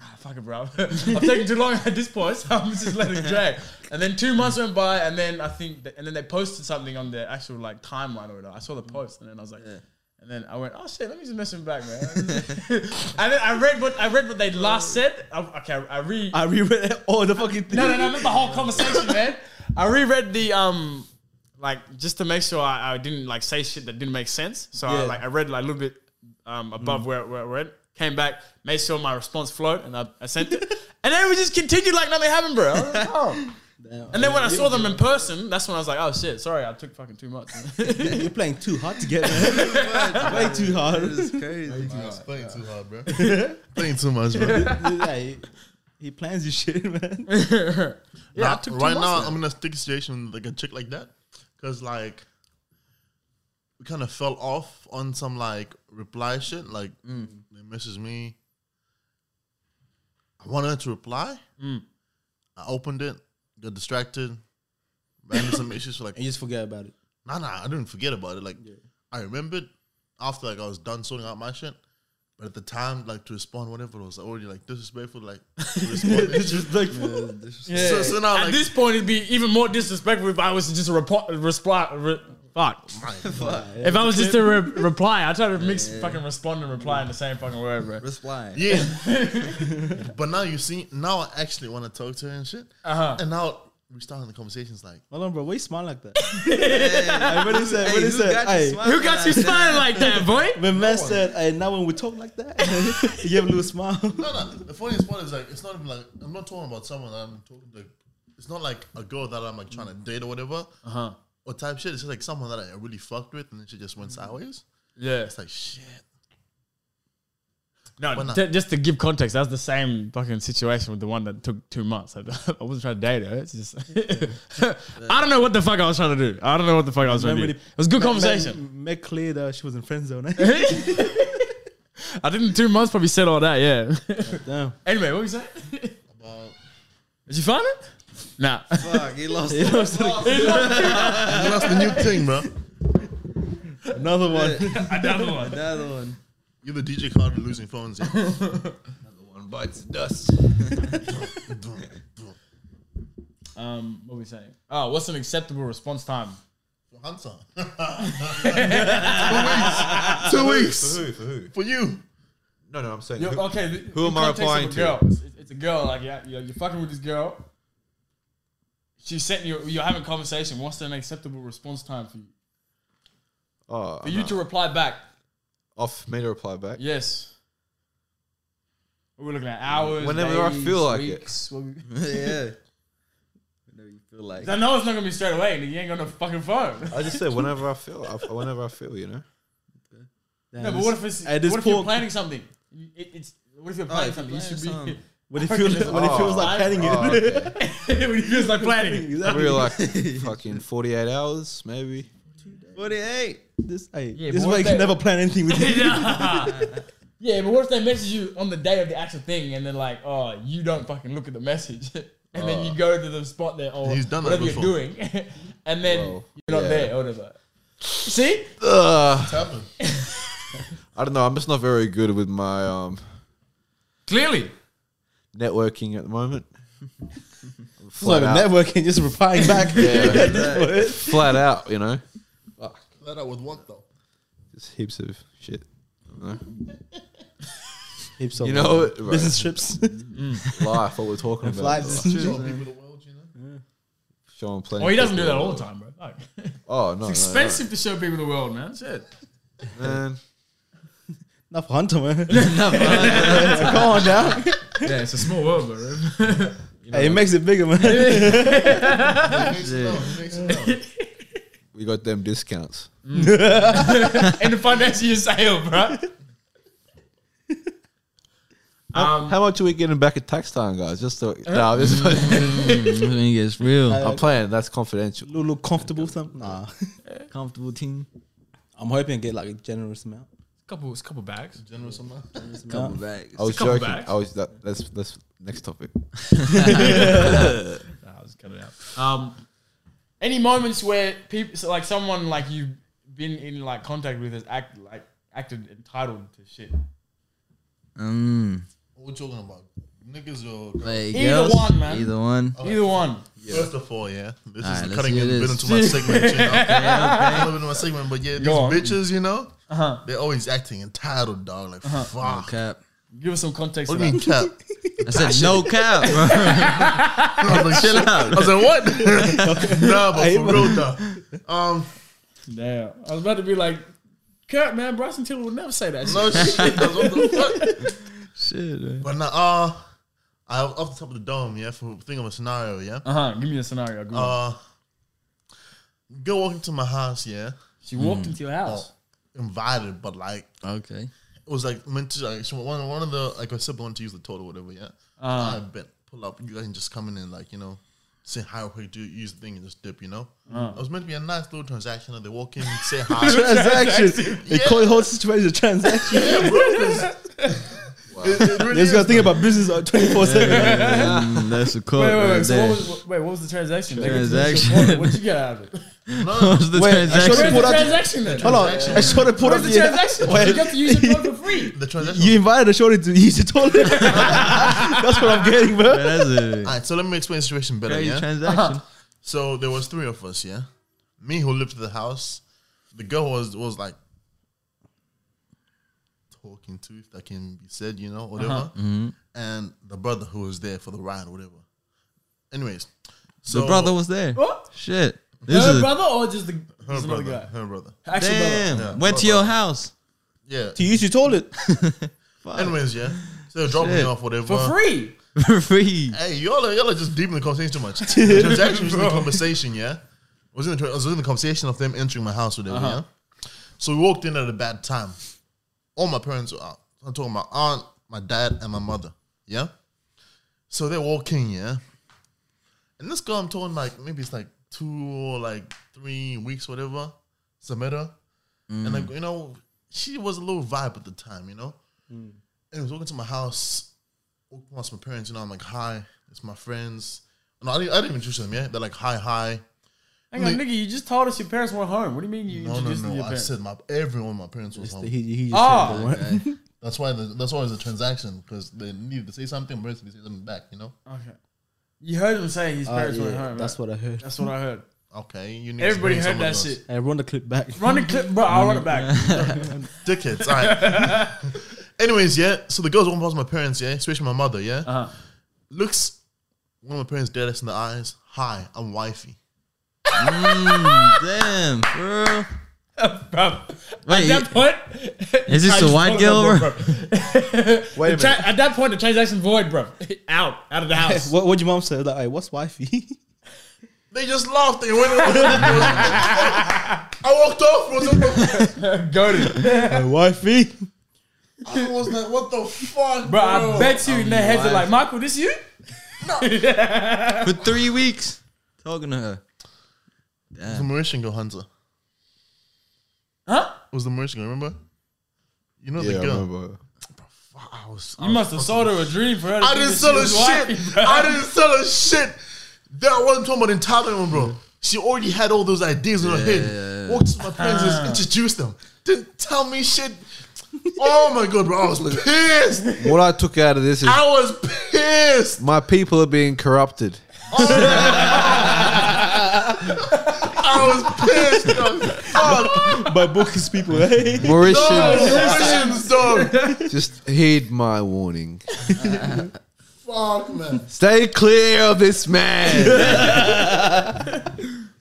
ah, fuck it, bro. I'm taking too long at this point, so I'm just letting it drag. And then two months went by, and then I think, th- and then they posted something on their actual like timeline or whatever. I saw the post, and then I was like, and then I went, oh shit, let me just mess him back, man. and then I read what I read what they last said. I, okay, I re
I reread all the fucking thing.
no, no, no, not the whole conversation, man. I reread the um, like just to make sure I, I didn't like say shit that didn't make sense. So I
Yeah.
like I read like a little bit um above where where I read. Came back, made sure my response flowed, and I, I sent it. and then we just continued like nothing happened, bro. I was like, oh. And then when I saw them in person, that's when I was like, oh shit, sorry, I took fucking two months.
You're playing too hard to get, man. Way too hard.
This is crazy.
It's playing too hard, bro. playing too much, bro.
yeah, he, he plans his shit, man.
yeah, I
Nah,
took two
right
months,
now,
man.
I'm in a sticky situation with, like a chick like that, because like we kind of fell off on some like reply shit. Like
Mm.
they messaged me, I wanted her to reply.
Mm.
I opened it, got distracted, ran into some issues for like
And you just forget about it.
nah, nah, I didn't forget about it. Like, I remembered after like I was done sorting out my shit, but at the time, like to respond, whatever, it was already like disrespectful. Like, to respond.
Disrespectful.
so, so now
At
like,
this point, it'd be even more disrespectful if I was to just a reply. Re- fuck. If I was just to re- reply, I try to mix fucking respond and reply in the same fucking word, bro.
Reply.
yeah. but now you see, now I actually want to talk to her and shit,
Uh-huh.
and now we start having the conversations like,
Hold on, bro. Why you smile like that? hey, what he said? What he
who
said?
got you
Hey,
smiling?
Who got you smiling like that, boy?
when man said, "Hey, now when we talk like that, you give a little smile."
no, no. The funniest part is like, it's not even like I'm not talking about someone. I'm talking like, it's not like a girl that I'm like trying to date or whatever. Uh huh. Or type shit. It's just like someone that I really fucked with, and then she just went sideways.
Yeah.
It's like shit. Why
No,
not?
t- just to give context, that's the same fucking situation with the one that took two months. I, I wasn't trying to date her. It's just I don't know what the fuck I was trying to do. I don't know what the fuck I was trying to do.
Remember
It
the-
was a good
Ma- ma-
conversation.
Make clear that she was in friend zone. eh?
I didn't two months probably said all that. Yeah.
Damn.
anyway, what were you saying? Did you find it? Nah.
Fuck, he lost.
You know what I'm saying?
That's the new thing, bro.
Another one.
Another one.
Another one.
You're the DJ card losing phones. Yeah.
One bites dust.
Um, what were we saying? Oh, what's an acceptable response time?
Handsome. two weeks.
For
Two weeks
who? For who?
for you.
No, no, I'm saying.
You're-
who-
okay. th-
who
in
am I
context of
replying
a
to?
Girl. It's, it's a girl. Like yeah, you're, you're fucking with this girl. She sent you. You're having a conversation. What's an acceptable response time for you?
Oh,
For you to reply back.
off me to reply back.
Yes. We're looking at hours.
Whenever I
days,
feel like it.
weeks, what we-
yeah. Whenever you feel like.
I know it's not gonna be straight away. And you ain't got no fucking phone.
I just said whenever I feel. I, whenever I feel, you know.
Damn,
No, but
this-
what if it's
at this
what if
point,
you're planning something? You- It, it's what if you're planning
if
something? You
you're
should
planning
be.
when it feels when it feels like planning
Oh,
it?
okay.
when you just like planning.
we were like fucking 48 hours, maybe.
48.
This, hey,
Yeah,
this
but
way you
what
can
they-
never plan anything with you.
yeah, but what if they message you on the day of the actual thing and then like, oh, you don't fucking look at the message, and then you go to the spot there or
Uh, He's done that
whatever you're
before.
doing, and then
Well,
you're not
yeah.
there or whatever. See,
Ugh.
Happened.
I don't know. I'm just not very good with my um,
clearly,
networking at the moment. I'm
So
flat
the
out.
networking, just replying back.
Yeah, flat out. You know,
Let out with what though?
just heaps of shit. I don't know.
Heaps of
You know,
money. business trips,
life, what we're talking about.
flight
bro.
business trips.
People the world, you know.
Showing plenty.
Well, Oh, he doesn't do that all the time, bro. Like,
Oh, no.
it's expensive to show people the world, man. Shit.
No, no. Man,
Enough hunter, man. Come on now.
Yeah, it's a small world, bro.
Hey, it makes it bigger, man.
He makes it known, he makes it known.
we got them discounts.
And the financial year sale, bro. Um,
How much are we getting back at tax time, guys? Just to, no, this
Mm,
is-
it gets real.
Uh,
I'm playing. That's confidential.
Little, little comfortable something. Nah,
Comfortable team.
I'm hoping I get like a generous amount.
couple, it's a couple bags.
Generous amount.
Couple bags.
I was
couple
joking.
bags.
I was that, that's that's next topic.
Nah, I was cutting it out. Um, any moments where people, so like someone like you've been in like contact with, has act like acted entitled to shit.
Mm.
What we talking about? Niggas or girls?
Like,
Either
girls,
one, man.
Either one.
Oh,
Either one.
First of all, yeah, this is
Alright, let's
cutting
do
in a
this.
bit into my segment. You know? A little bit into my segment, but yeah, these
Go on.
bitches, you know,
Uh-huh.
they're always acting entitled, dog. Like fuck.
Cap.
Give us some context.
What
to
do you
that.
mean cap?
I said no cap. bro.
I was like, shit. I was like, what? nah, but for real though. Um,
Damn. I was about to be like, Kurt, man, Bryson Tiller would never say that shit.
no shit. that's What the fuck?
Shit. man.
But nah, uh, I off the top of the dome, yeah. For think of a scenario, yeah.
Uh huh. Give me a scenario. a good one.
Uh-huh.
Uh, girl walked into my house, yeah. Oh,
she
Hmm.
walked into your house.
Invited, but like
Okay.
it was like meant to like so one one of the like I said wanted to use the toilet or whatever, yeah. I bet pull up, you guys can just come in and like, you know, say hi or quick, do use the thing and just dip, you know? It was meant to be a nice little transaction and they walk in, say hi.
Transaction. They call the whole situation a transaction.
It- it really
They just gotta
is.
think about business twenty four seven.
Mm, That's a quote
Wait, wait,
right
wait. So
there.
what was, wait, what was the transaction? They get to the
Transaction.
support. What'd you get out of it?
What was the
Wait, I showed
transaction?
him Well,
Where's the
that's-
transaction then?
Hold on, I showed her put up
Where's the
the.
transaction? You got to use your code for free.
the transaction.
You invited a shorty to use the toilet. That's what I'm getting, bro.
That's a
Alright, so let me explain the situation better,
crazy
yeah?
Uh-huh.
transaction.
so there was three of us, yeah? Me who lived in the house, the girl was was like talking to if that can be said, you know, whatever.
Uh-huh. Mm-hmm.
And the brother who was there for the ride or whatever. Anyways. So
The brother was there.
What?
Shit. This
Her
is
brother or just the
her
just another
brother,
guy?
her brother.
Actual brother.
damn.
Yeah,
Went to your house.
Yeah.
To use your toilet.
Anyways, yeah. So drop me
Shit.
off, whatever.
For free.
for free.
Hey, y'all are, y'all are just deep in the conversation too much. The transaction was in the conversation, yeah? Was in the, tra- was in the conversation of them entering my house, whatever, yeah? So we walked in at a bad time. All my parents were out. I'm talking my aunt, my dad, and my mother, yeah? So they're walking, yeah? And this girl, I'm talking like, maybe it's like two or like three weeks, whatever, Samira. And like, you know, she was a little vibe at the time, you know? And I was walking to my house walking past my parents, you know, I'm like, hi, it's my friends. No, I didn't, I didn't introduce them, yeah? They're like, hi, hi.
Hang on, nigga, you just told us your parents weren't home. What do you mean you
No, no,
introduced them to
no.
your
I
parents?
said my everyone, my parents was
He,
home.
he just
Ah,
said that one.
That's why the, that's why it was a transaction because they needed to say something, but they say something back, you know?
Okay. You heard him say his
Uh,
Ah,
parents
yeah,
weren't home.
that's
right?
what I heard.
That's what I heard.
Okay, you need. to
Everybody
bring
heard
someone
that
else.
shit.
Hey, run the clip back.
Run the clip, bro. I'll run it back.
Dickheads. All right. Anyways, yeah. So the girls walking past my parents, yeah, especially my mother, yeah.
Uh-huh.
Looks one of my parents dead ass in the eyes. Hi, I'm wifey.
Damn, bro.
bro.
Wait,
at that point,
Is this
I
a
just thought
white girl,
about
bro?
that, bro. The tra- at that point, the transaction void, bro. Out, out of the house.
What would your mom say? Like, hey, what's wifey?
They just laughed and went away. I walked off. Was
Goaded.
hey, wifey.
I was like, what the fuck,
bro. I bet you in their heads are like, Michael, this you?
For three weeks. Talking to her.
It was the Mauritian girl, Hunter. It
Huh?
was the Mauritian girl, remember? You know
Yeah,
the
I
girl.
remember.
Fuck, I, was, I,
You must have sold her a dream for her. To
Oh, I
think
didn't
that
sell
she
her
was
shit.
wifey, bro.
I didn't sell her shit. That wasn't talking about entitlement, bro. She already had all those ideas in her head. Walked to my friends and introduced them. Didn't tell me shit. Oh my god, bro. I was pissed.
What I took out of this is
I was pissed.
my people are being corrupted.
I was pissed. dog. Fuck.
By bookies people, hey.
Mauritians,
Mauritians, dog.
just heed my warning.
Fuck, man.
Stay clear of this man.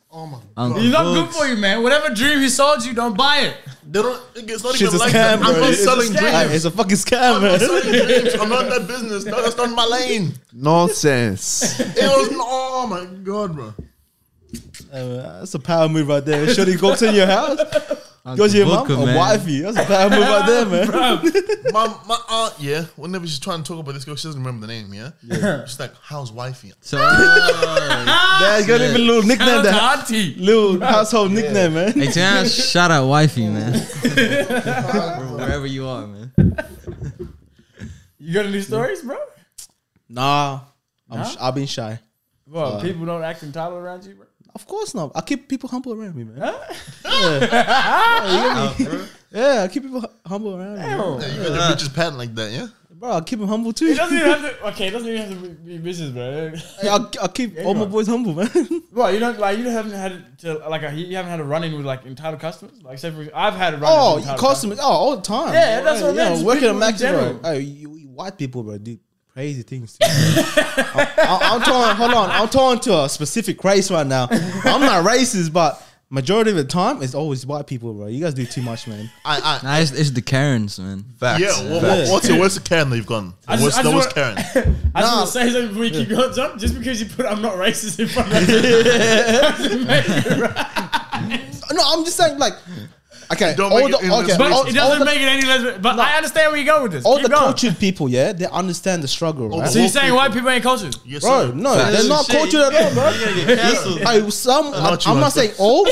Oh, my.
He's not good for you, man. Whatever dream he sold you, don't buy it.
They don't, it's not
Shit's a
even like
scam,
that. I'm
bro.
not
It's a
selling
Hey,
dreams.
It's a fucking scam,
I'm not
man.
selling dreams. I'm not in that business. No, that's not my lane.
Nonsense.
It was, oh, my God, bro.
Hey, man, That's a power move right there. Shorty go to your house, go to your mom,
Booker,
or
man.
wifey. That's a power move right there, man.
My, my aunt, yeah, whenever she's trying to talk about this girl, she doesn't remember the name, yeah? She's like, how's wifey?
So, oh,
That's got even a little nickname,
Shout
that
out to auntie.
little household nickname, man.
hey, Jan, shout out wifey, man. Wherever you are, man.
You got any stories, bro?
Nah, I'm sh- I've been shy.
Bro, people don't act entitled around you, bro.
Of course not. I keep people humble around me, man. Yeah. yeah, I keep people hu- humble around me,
Bro.
Yeah, you got your bitches patent like that, yeah?
bro. I keep them humble too.
It doesn't even have to. Okay, it doesn't even have to be be business, bro.
Hey, I, I keep all my
Anyone.
boys humble, man.
Well, you don't like you haven't had to like a, you haven't had a run in with like entitled customers. Like, say for, I've had a run.
oh,
with
you
entitled
customers. Oh, all the time.
Yeah, that's what I meant,
Yeah,
just
working at
people in
Max, bro.
general.
Hey, you, you white people, bro, do crazy things. Too, I, am talking. Hold on, I'm talking to a specific race right now. I'm not racist, but majority of the time, it's always white people, bro. You guys do too much, man.
I,
Nah, it's, it's the Karens, man.
I,
Facts.
yeah, what, what, what's your, where's the Karen that you've gone?
I just-
What's,
I
that
just
was
want-
Karen.
I just want to say something before you keep going, John. Just because you put "I'm not racist" in front of you, doesn't make it right.
No, I'm just saying, like, okay,
Don't
all
make
the
it in this
okay,
but
all,
it
all
doesn't
the,
make it any less. But I understand where you go with this.
all
Keep
the
going.
cultured people, yeah, they understand the struggle,
Oh,
right?
So you're saying white people ain't cultured?
Yes,
Bro,
sir.
no, they're not cultured at all, bro. I, some, I'm,
not you,
I'm not
Hunter.
saying all.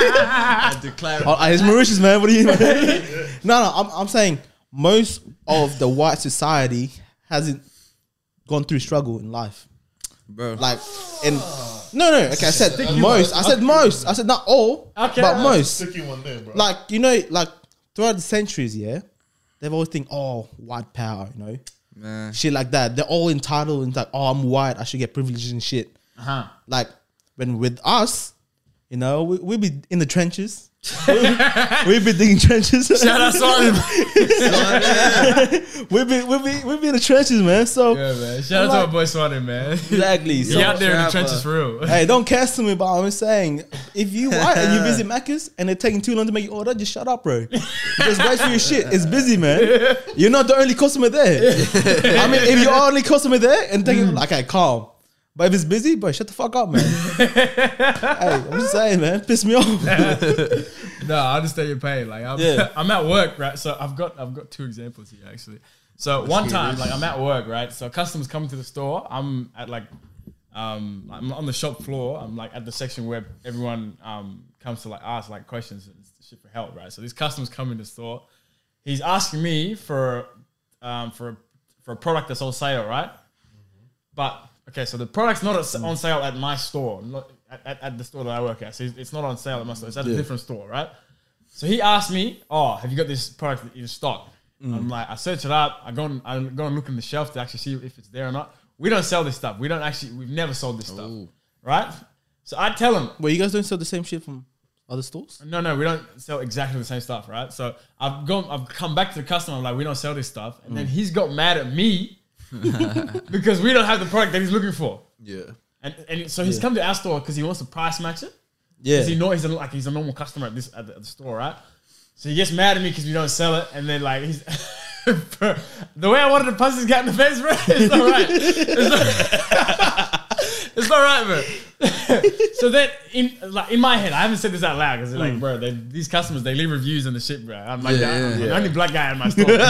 Oh, uh, it's Mauritius, man. What do you mean? no, no, I'm, I'm saying most of the white society hasn't gone through struggle in life.
Bro.
Like, in no, no, okay, I said most. I said most. I said not all,
Okay.
but most.
Sticky one there, bro.
Like, you know, like throughout the centuries, yeah, they've always think, oh, white power, you know,
Man.
shit like that. They're all entitled and like, oh, I'm white, I should get privileges and shit.
Huh?
Like, when with us, you know, we, we be in the trenches. we be digging trenches.
Shout out Simon.
we be we be we be in the trenches, man. So
yeah, man. Shout out to our boy Simon, man.
exactly. So
He out there in the
uh,
shout
trenches
out.
for real.
hey, don't cancel me, but I'm saying if you white and you visit Macca's and they're taking too long to make your order, just shut up, bro. Just wait for your shit. It's busy, man. You're not the only customer there. I mean, if you're only customer there and taking
Mm.
like okay, calm. But if it's busy, bro, shut the fuck up, man. hey, I'm just saying, man, piss me off.
No, I understand your pain. Like I'm,
Yeah.
I'm at work, right? So I've got I've got two examples here actually. So one time, like I'm at work, right? So customers come to the store. I'm at like, um, I'm on the shop floor. I'm like at the section where everyone um comes to like ask like questions and shit for help, right? So these customers come in the store. He's asking me for, um, for for a product that's on sale, right? But okay, so the product's not at- on sale at my store, not at, at, at the store that I work at. So it's it's not on sale at my store. It's at a different store, right? So he asked me, "Oh, have you got this product in stock?" I'm like, I search it up. I go and I go and look on the shelf to actually see if it's there or not. We don't sell this stuff. We don't actually. We've never sold this stuff, right? So I tell him,
Wait, you guys don't sell the same shit from other stores?
no, no, we don't sell exactly the same stuff, right? So I've gone, I've come back to the customer. I'm like, we don't sell this stuff, and then he's got mad at me because we don't have the product that he's looking for.
Yeah.
And, and so he's come to our store because he wants to price match it.
Yeah.
Because he know he's a, like he's a normal customer at this at the, at the store, right? So he gets mad at me because we don't sell it, and then like he's Bro, the way I wanted to punch this guy in the face, bro. It's not right. It's not, it's not right, bro. so then in like in my head, I haven't said this out loud because like, bro, they, these customers they leave reviews and the shit, bro. I'm like,
Yeah,
I'm
yeah.
the only black guy in my store. it's,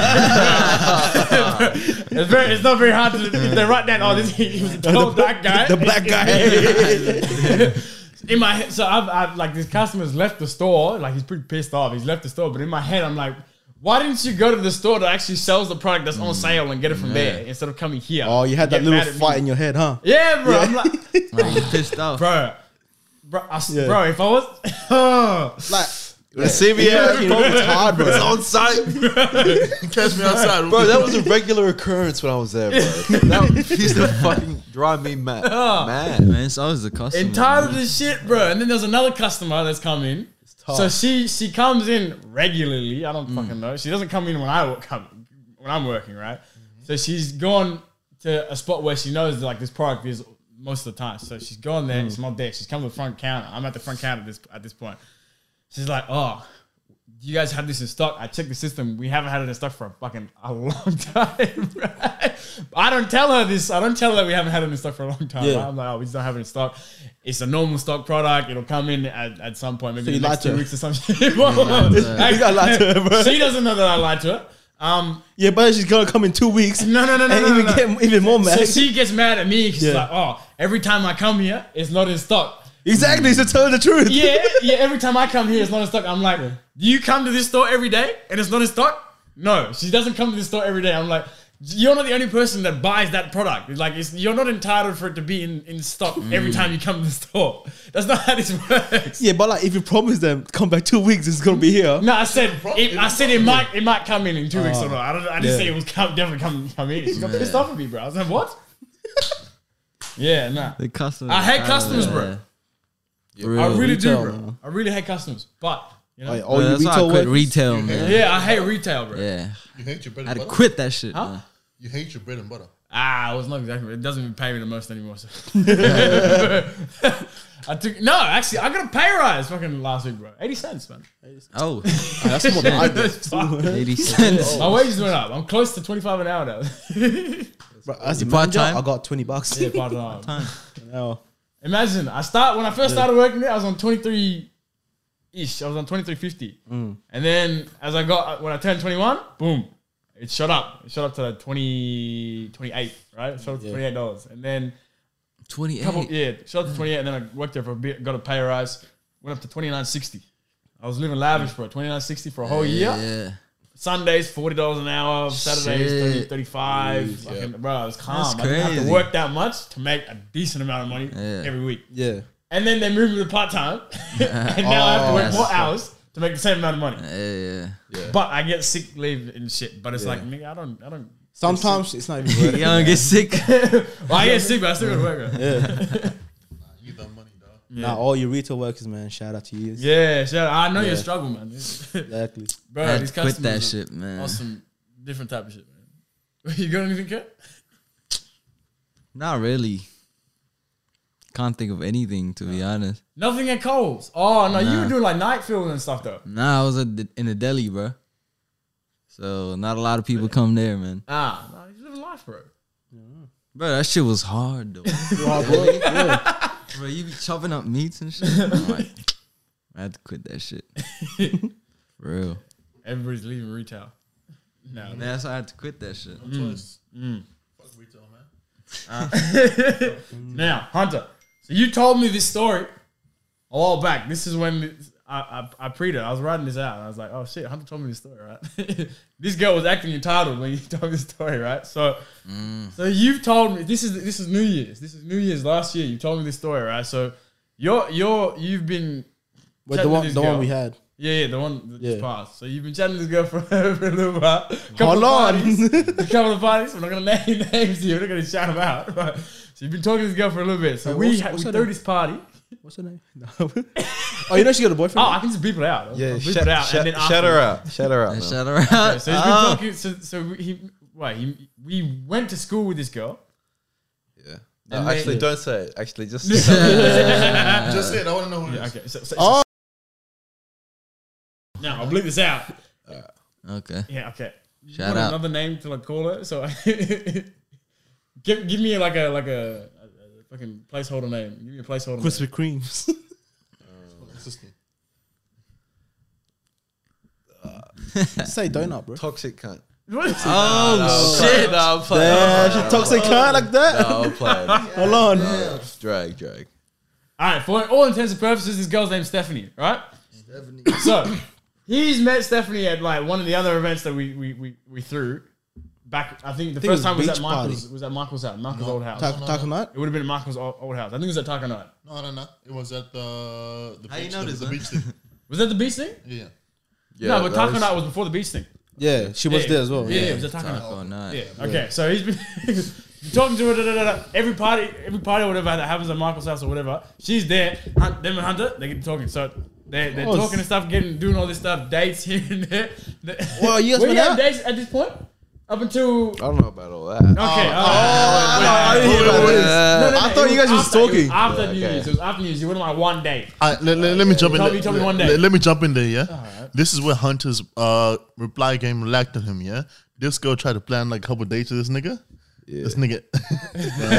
very, it's not very hard to if they write down. Oh, this he was a tall black guy.
The black guy.
in my head, so I've, I've like this customer's left the store. Like he's pretty pissed off. He's left the store, but in my head, I'm like, why didn't you go to the store that actually sells the product that's on sale and get it from there instead of coming here?
Mm. Oh, you had
and
that
get
little
mad at me?
fight in your head, huh?
Yeah, bro. I'm like,
I'm pissed off.
bro, bro, I oh. s
Yeah.
bro. If I was,
Like,
The CBS
Covid was hard, bro.
was on site,
Catch me outside,
bro. That was a regular occurrence when I was there, bro. That used to fucking drive me mad.
Oh.
Mad.
Man, so I was the customer.
Entitled
man.
to shit, bro. And then there's another customer that's come in. So she she comes in regularly. I don't fucking know. She doesn't come in when I wo- come when I'm working, right? So she's gone to a spot where she knows like this product is most of the time. So she's gone there. It's not there. She's come to the front counter. I'm at the front counter at this at this point. She's like, oh. You guys have this in stock. I checked the system. We haven't had it in stock for a fucking a long time. Right? I don't tell her this. I don't tell her we haven't had it in stock for a long time.
Yeah.
right? I'm like, oh, we just don't have it in stock. It's a normal stock product. It'll come in at, at some point, maybe
So you
the next
lied to
two
her.
weeks or something. Whoa.
You got lied to her, bro.
She doesn't know that I lied to her. Um,
Yeah, but she's gonna come in two weeks and
no, no, no, no, no,
even
no.
get even more mad.
So she gets mad at me. 'cause She's
Yeah.
like, "Oh, every time I come here, it's not in stock."
exactly, so tell her the truth.
Yeah, yeah. Every time I come here, it's not in stock. I'm like, "Do you come to this store every day and it's not in stock?" No, she doesn't come to this store every day. I'm like, "You're not the only person that buys that product. Like, it's, you're not entitled for it to be in, in stock every time you come to the store. That's not how this works."
Yeah, but like if you promise them come back two weeks, it's gonna be here.
No, I said it, I said it might it might come in in two weeks or not. I don't. I didn't say it was come, definitely come come in. She got pissed off at me, bro. I was like, what? yeah, nah.
The customer.
I hate customers, bro. I really do,
Retail,
bro. I really hate customers, but you know,
Oh,
That's why I
retail
quit
workers?
retail, man.
yeah, I hate retail, bro.
Yeah,
You hate your bread
I had
and
to
butter.
quit that shit. man.
You hate your bread and butter.
Ah, it was not exactly. It doesn't even pay me the most anymore. So. I took no, actually, I got a pay rise fucking last week, bro. Eighty cents, man.
Oh,
That's more than I get.
Fuck.
80 cents.
My wages went up. I'm close to twenty five an hour now.
Bro, as a
Part
manager,
time?
I got twenty bucks.
Yeah, part time.
No.
Imagine I start when I first started working there, I was on twenty three ish. I was on twenty three fifty,
Mm.
and then as I got when I turned twenty one, boom, it shot up. It shot up to like 20, 28, right? It shot up to twenty eight dollars, and then couple
28.
yeah, shot up to twenty eight, and then I worked there for a bit, got a pay rise, went up to twenty nine sixty. I was living lavish, bro. Twenty nine sixty for a whole year.
Yeah.
Sundays forty dollars an hour, Saturdays
Shit.
30, 35. Fucking, Bro, it was calm.
That's
I didn't have
crazy.
to work that much to make a decent amount of money
Yeah.
every week.
Yeah.
And then they moved me to part time, and now I have to work
Oh, that's
more
fucked.
hours to make the same amount of money.
Yeah.
But I get sick leave and shit. But it's like, nigga, I don't, I don't.
Sometimes it's not even worth
You don't get sick.
Well, I get sick, but I still go to work. bro.
You need that money, dog.
Now all your retail workers, man, shout out to you.
Yeah, sure. I know your struggle, man.
Exactly.
Bro,
I had
these
to quit
customers
that
are
shit, man.
Awesome, different type of shit, man. You got anything, Kurt?
Not really. Can't think of anything to be honest.
Nothing at Coles. Oh no, you
Nah.
were doing like night fills and stuff though.
Nah, I was at the, in the deli, bro. So not a lot of people come there, man.
Ah, no, you're living life, bro.
Bro, that shit was hard though. bro, you be chopping up meats and shit. I'm like, I had to quit that shit. For real.
Everybody's leaving retail. No,
That's why I had to quit that shit.
Twice. Fuck retail, man.
Now, Hunter, so you told me this story a while back. This is when I, I, I preed it. I was writing this out. And I was like, oh shit, Hunter told me this story, right? this girl was acting entitled when you told me this story, right? So, so you've told me this is this is New Year's. This is New Year's last year. You told me this story, right? So, you're you're you've been
But the
Chatting with
one,
this
the one
girl.
we had.
yeah yeah the one that just
Yeah.
passed. So you've been chatting to this girl for, for a little while. Couple
Hold
of
on.
parties a couple of parties. We're not gonna name names here. We're not gonna shout them out. But so you've been talking to this girl for a little bit. So
Hey,
we
what's-
ha-
what's
we
her
threw
name?
this party.
What's her name? No. oh, you know she got a boyfriend.
Oh, I can just beep it out. I'll- I'll
Yeah,
beep
shut,
it out.
shut,
and then
shut her
afterwards.
out. Shut her out.
And
man.
shout her out.
So he's been
Ah.
talking. So so we- he wait. He, we went to school with this girl.
Yeah.
And
No,
then-
actually, don't say it. Actually, just
Just say it. I want to know who it is.
Okay. So, so,
Oh.
now I'll bleep this out.
Okay.
Yeah. Okay. You
Shout
want
out.
another name till I call her. So give give me like a like a, a, a fucking placeholder name. Give me a placeholder. name.
Krispy Kremes.
Consistent.
Uh,
Say donut, bro.
toxic cunt.
Oh
Shit, no, I'm playing.
Yeah, she toxic cunt like that.
No, I'm playing.
Hold on.
Drag, drag.
All right, for all intents and purposes, this girl's name's Stephanie, right? Stephanie. So he's met Stephanie at like one of the other events that we we we, we threw back. I think the
think it
first
was
time was
beach
at Michael's.
party.
Was at Michael's house, Michael's old house.
Ta- Taco night.
it would have been at Michael's old, old house. I think it was at Taka Night.
No, no, no. It was at the the
you
beach.
know
the,
this,
the
huh?
beach thing.
Was that the beach thing?
Yeah.
Yeah,
no, but
that
Taco
was-
Night was before the beach thing.
Yeah, she was
Yeah.
there as well.
Yeah,
Yeah.
yeah, it was a Taco Night.
Oh, no.
Yeah. Okay. So he's been talking to her. Da, da, da, da. Every party, every party, or whatever that happens at Michael's house or whatever, she's there. Hunt, them and Hunter, they get talking. So they they're
Oh, s-
talking and stuff, getting doing all this stuff, dates here and there.
Well, Oh, you guys
Were
went
having
out?
dates at this point? Up until okay.
I don't know about all that.
alright, wait, wait, wait, wait, wait. No, no, no,
I thought
it
you
was
guys was
after- it was
talking.
After
Yeah,
New
okay.
Year's, it was after New Year's. You went on like one date.
I, let, let, let me jump in.
Uh, Tell
let,
me- tell me
let-
one day.
Let, let me jump in there, yeah? This is where Hunter's uh, reply game lacked on him, yeah? This girl tried to plan like a couple dates with this nigga. This nigga.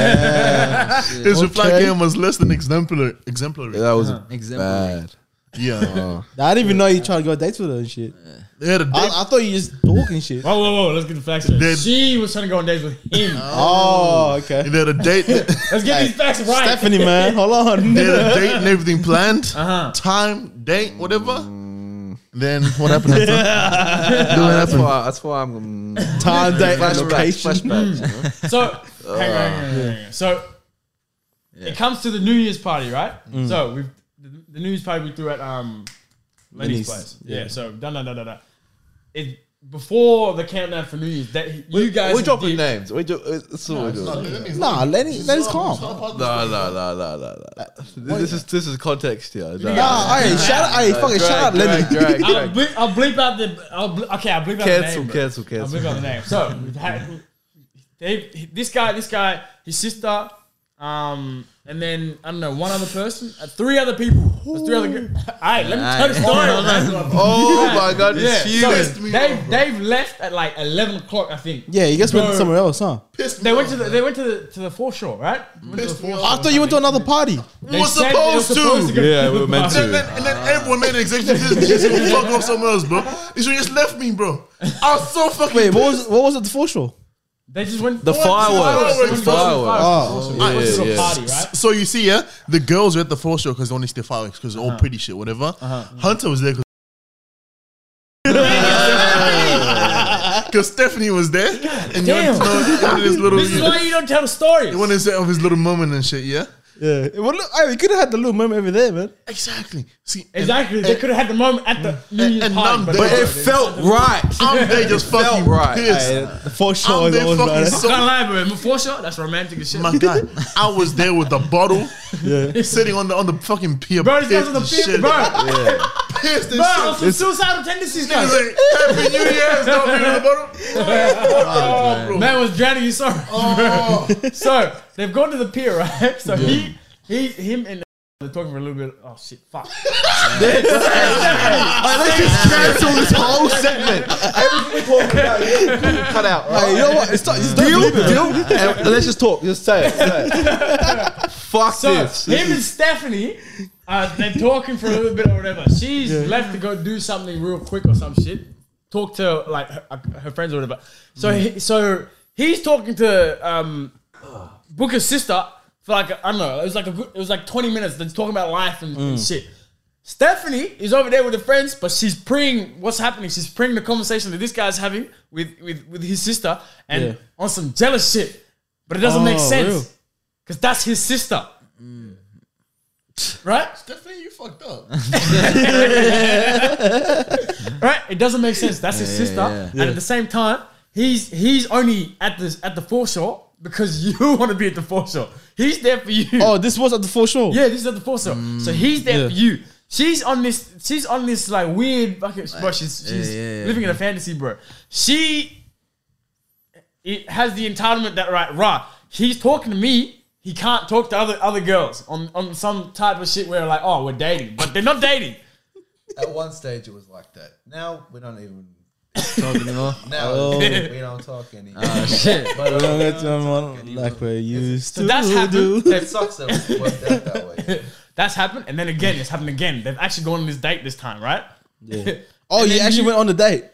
His reply
Okay.
game was less than exemplary. exemplary.
That was
Exemplary.
bad.
Yeah.
I didn't even know you tried to go on dates with her and shit.
They had a
Uh,
date.
I, I thought you just talking shit.
Whoa, whoa, whoa! Let's get the facts straight.
Did-
She was trying to go on dates with him.
Oh, okay.
they had a date. they
Let's get these facts right.
Stephanie, man, hold on.
had a date and everything planned.
Uh-huh.
Time, date, whatever.
Mm.
Then what happened? Hunter? Then what
That's
happened?
why. That's why I'm. mm,
Time, date, and
Flashbacks.
location.
Flashbacks. you know?
So, hang on, hang
Ah.
on, hang on, hang on. So, it comes to the New Year's party, right?
Mm.
So we've the, the New Year's party we threw at um, Lenny's
Lenny's,
place. Yeah. So done, done, done, done, done. It before the countdown for New Year's. That you guys
We're uh, dropping
did-
names. We do. It's all we do.
Nah, Lenny, Lenny's calm.
No, no, no, no, no, no. This is this is context here. No.
Nah, hey, shout out, hey, fucking shout out, Lenny.
Drag, drag,
I'll
drag.
bleep, I'll bleep out the. I'll bleep, okay, I'll bleep out
Cancel,
the name. bro.
cancel,
I'll
cancel.
bleep out the name. So we've had- they, this guy, this guy, his sister, um, and then I don't know one other person, uh, three other people, There's three other. All right, let me tell the story. man.
Oh my god,
Yeah,
it's
so
huge.
they've, they've left at like eleven o'clock, I think.
Yeah, you guys went
Bro.
somewhere else, huh?
They went to the they went to the to the foreshore, right? Went to the foreshore.
I thought you went to another party.
They
We're
said they were
supposed to.
go
Yeah, we were meant
And
to.
then, and then everyone made an executive decision just to fuck off somewhere else, bro. You should just left me, bro. I was so fucking.
Wait, what was what was it? The foreshore?
They just went
Oh, The
They
fireworks.
went to
The fireworks.
Oh,
It was
Yeah,
a
yeah.
party, right?
So you see, yeah, the girls were at the foreshore because they only stay fireworks because
Uh-huh.
all pretty shit, whatever. Hunter was there because Stephanie was there, and you
Damn.
wanted to know he wanted his little,
This is why you don't tell stories.
he wanted to say of his little moment and shit, yeah.
yeah. Well, look, hey, we could have had the little moment over there, man.
Exactly. See, and-
Exactly, they could have had the moment at the New Year's
and
party,
none
but,
there.
they-
But
It felt right.
I'm there just fucking
right.
pissed.
The foreshore
I'm
is
there
always
fucking
better.
so
can't lie, bro. The foreshore, that's romantic as shit.
My God, I was there with the bottle,
Yeah.
sitting on the on the fucking pier,
Bro, this
pissed
guy's on the
and
field,
shit.
bro.
pissed and
Bro,
shit.
some suicidal tendencies,
He's
guys.
like, Happy New Year's, don't be on the bottle. Oh, bro.
Man was drowning. You saw. so they've gone to the pier, right? So he, he, him, and they're talking for a little bit. Oh shit! Fuck.
cancel this whole segment. Cut out.
Hey, you know what? It's not, it's not
Deal, deal. And let's just talk. Just say it. Say it. Fuck
So
this. This
him
is-
and Stephanie, uh, they're talking for a little bit or whatever. She's left to go do something real quick or some shit. Talk to like her, uh, her friends or whatever.
Mm.
So he, so he's talking to um, Booker's sister for like I don't know. It was like a good. It was like twenty minutes. They're just talking about life and,
Mm.
and shit. Stephanie is over there with her friends, but she's preying what's happening. She's preying the conversation that this guy's having with with, with his sister and
Yeah.
on some jealous shit. But it doesn't
Oh,
make
real.
sense because that's his sister.
Mm.
Right?
Stephanie, you fucked up.
Right? It doesn't make sense. That's his
Yeah,
sister.
yeah, yeah.
And at the same time, he's he's only at this at the foreshore because you want to be at the foreshore. He's there for you.
Oh, this was at the foreshore.
Yeah, this is at the foreshore. so he's there for you. She's on this. She's on this like weird fucking. Bro, she's
yeah,
she's
yeah, yeah.
living in a fantasy, bro. She it has the entitlement that right, rah. He's talking to me. He can't talk to other other girls on on some type of shit where like, oh, we're dating, but they're not dating.
At one stage, it was like that. Now we don't even.
Talking more.
Now
Oh.
we don't talk anymore.
Oh, Shit.
but
Don't
uh,
get them on like we used
So
to
that's
do.
happened.
it sucks that it worked out that way.
That's happened, and then again, it's happened again. They've actually gone on this date this time, right?
Yeah. Oh,
And
you
then
actually
you-
went on the date.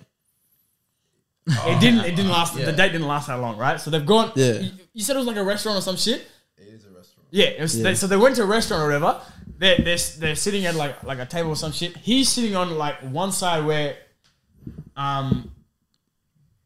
Oh,
It didn't. It didn't last.
Yeah.
The date didn't last that long, right? So they've gone.
Yeah.
You, you said it was like a restaurant or some shit.
It is a restaurant.
Yeah, it was, They, so they went to a restaurant or whatever. They're, they're, they're sitting at like like a table or some shit. He's sitting on like one side where, um,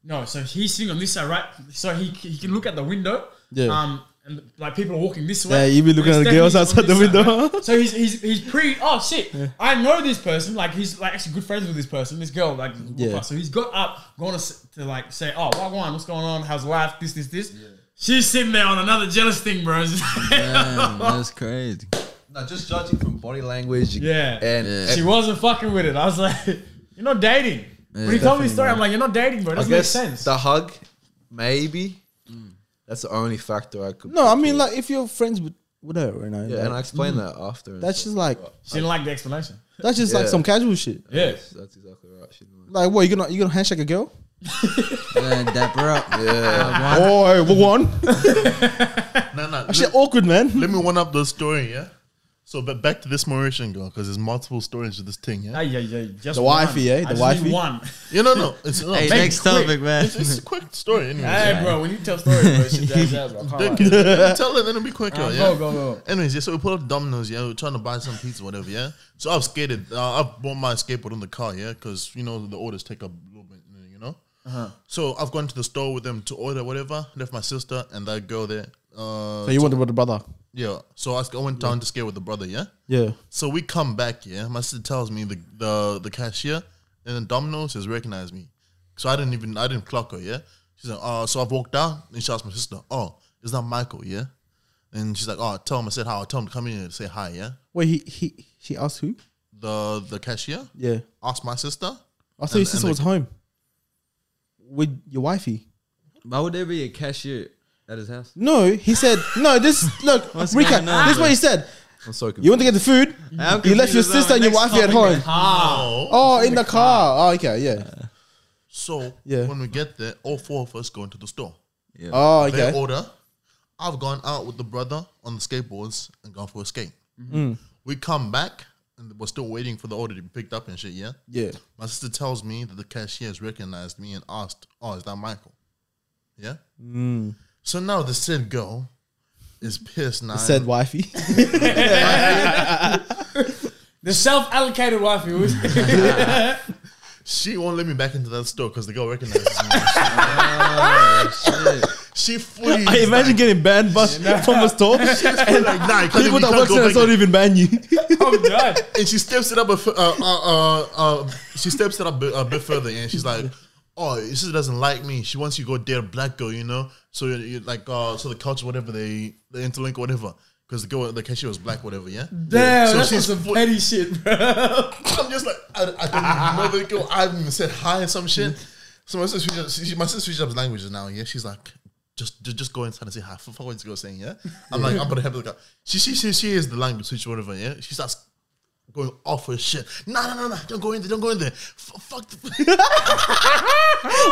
no, so he's sitting on this side, right? So he, he can look at the window.
Yeah.
Um, and like people are walking this way.
Yeah, you be looking
and
at the
Stephanie's
girls
on
outside the
this side,
window.
right? So he's he's he's pre. Oh shit! I know this person. Like he's like actually good friends with this person. This girl like
Yeah.
So he's got up, going to, s- to like say, oh, what one? What's going on? How's life? This this this. She's sitting there on another jealous thing, bro.
Damn, that's crazy.
No, just judging from body language. you-
yeah.
And
Yeah.
She wasn't fucking with it. I was like, you're not dating. when he told me the story, I'm like, you're not dating, bro. It
I
doesn't make
guess
sense.
the hug, maybe. That's the only factor I could.
No, I mean
put
like if you're friends with with her, you know,
Yeah,
like,
and I explained that after. and
that's
stuff.
just like
she didn't like the explanation.
that's just like
Yeah.
some casual shit.
Yeah.
That's exactly right. She didn't like-
Like, what you gonna you gonna handshake a girl?
Yeah, dap her up.
Yeah.
Oh, hey, what one?
No, no.
Shit,
Let,
awkward, man.
let me one up the story, yeah? So, but back to this Mauritian girl, because there's multiple stories to this thing, yeah?
Hey, yeah, yeah. Just
The
one.
wifey, eh? The
I just
wifey.
Need one.
Yeah, no, no. It's, no,
Hey,
it's-
next
quick.
topic, man.
it's a quick story, anyway.
Hey, bro, when you tell stories, bro, shit jazz out, bro.
Then can- let me tell it, then it'll be quicker. yeah?
Go, go, go.
Anyways, yeah, so we pull up Domino's, yeah, we're trying to buy some pizza, whatever, yeah. So I've skated, uh, I've brought my skateboard in the car, yeah, because you know the orders take up a little bit, you know. So I've gone to the store with them to order whatever. Left my sister and that girl there. Uh,
So you want to with the brother?
yeah. So I, sk- I went down to skate with the brother, yeah.
Yeah.
So we come back, yeah. My sister tells me the the, the cashier and then Domino's has recognized me. So I didn't even I didn't clock her, yeah. She's like, uh, so I've walked down and she asked my sister, Oh, is that Michael, yeah? And she's like, Oh, tell him I said hi, tell him to come in and say hi, yeah.
Wait, he he she asked who?
The the cashier
Yeah.
asked my sister.
I thought your
And-
sister
and
was
the-
home with your wifey.
Why would there be a cashier at his house?
No, he said no. This look,
What's
recap.
going on,
This is what he said.
I'm so confused.
You want to get the food.
I'm
You left
confused
your
as well.
sister and your
Next
wifey at
topic.
home. Oh, in the car. Oh, okay, yeah.
So
Yeah.
when we get there, all four of us go into the store.
Oh,
They
okay.
order. I've gone out with the brother on the skateboards and gone for a skate.
Mm.
We come back and we're still waiting for the order to be picked up and shit, yeah?
Yeah.
My sister tells me that the cashier has recognized me and asked, Oh, is that Michael? Yeah?
Hmm.
So now the said girl is pissed now.
Said wifey.
The self-allocated wifey was.
she won't let me back into that store because the girl recognizes me. Oh, she fully.
I imagine getting banned by, from a store.
getting like, nah, you can't
People
even-
that
you can't
work
go
there
back in."
don't even ban you.
I'm done.
and she steps it up a f- uh, uh, uh, uh, she steps it up a bit, a bit further and she's like oh your sister doesn't like me she wants you to go date a black girl you know so you you like uh, so the culture whatever they they interlink or whatever because the girl the cashier was black whatever yeah
Damn,
So
that's
she's
some
full-
petty shit, bro.
I'm just like I, I don't even know the girl I haven't even said hi or some shit so my sister switched up, she, my sister switched up languages now yeah she's like just, just, just go inside and say hi. Fuck what this girl's saying, yeah? I'm like, I'm gonna help the guy. She, she, she, she is the language switch, whatever, yeah? She starts going off her shit. No, no, no, no, don't go in there, don't go in there. F- fuck. The-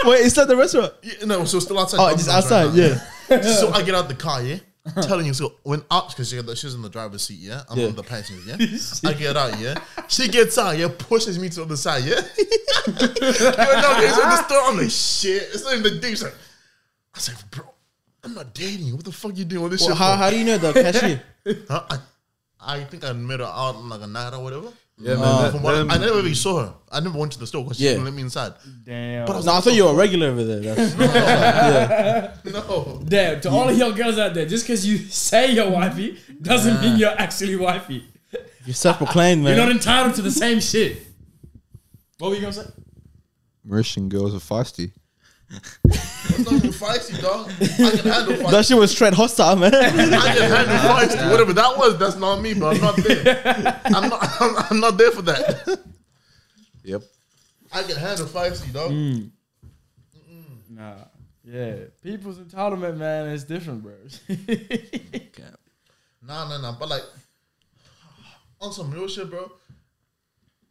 Wait, it's not the restaurant.
yeah, no, so still outside.
Oh, just
Domino's right
outside.
now,
Yeah. Uh-huh.
so I get out the car, yeah? Telling you, so when out, because she, she's in the driver's seat, yeah? I'm on the passenger, yeah? I get out, yeah? She gets out, yeah? Pushes me to the other side, yeah? Yo, no, it's in the store. I'm like, shit. It's not in the deep. She's like, I said, bro, I'm not dating. What the fuck you doing with this
Well,
shit?
how,
for?"
how do you know the cashier?
Huh? I, I think I met her out on like a night or whatever.
yeah, man,
Uh,
that-
From what,
them-
I never really saw her. I never went to the store because she
Yeah.
didn't let me inside.
Damn.
But I was
No, I thought you were a regular over there. That's,
like, no.
Damn, to all of y'all girls out there, just because you say you're wifey doesn't mean you're actually wifey.
you're self-proclaimed, man.
You're not entitled to the same shit. What were you gonna say?
Mauritian girls are feisty.
It's not even feisty, dog. I can handle feisty.
that shit was straight hostile, man.
I can handle feisty. Whatever that was, that's not me, bro. I'm not there. I'm not. I'm, I'm not there for that.
Yep.
I can handle feisty, dog.
Nah. Yeah, people's entitlement, man, is different, bro.
Nah, nah, nah. But like, on some real shit, bro.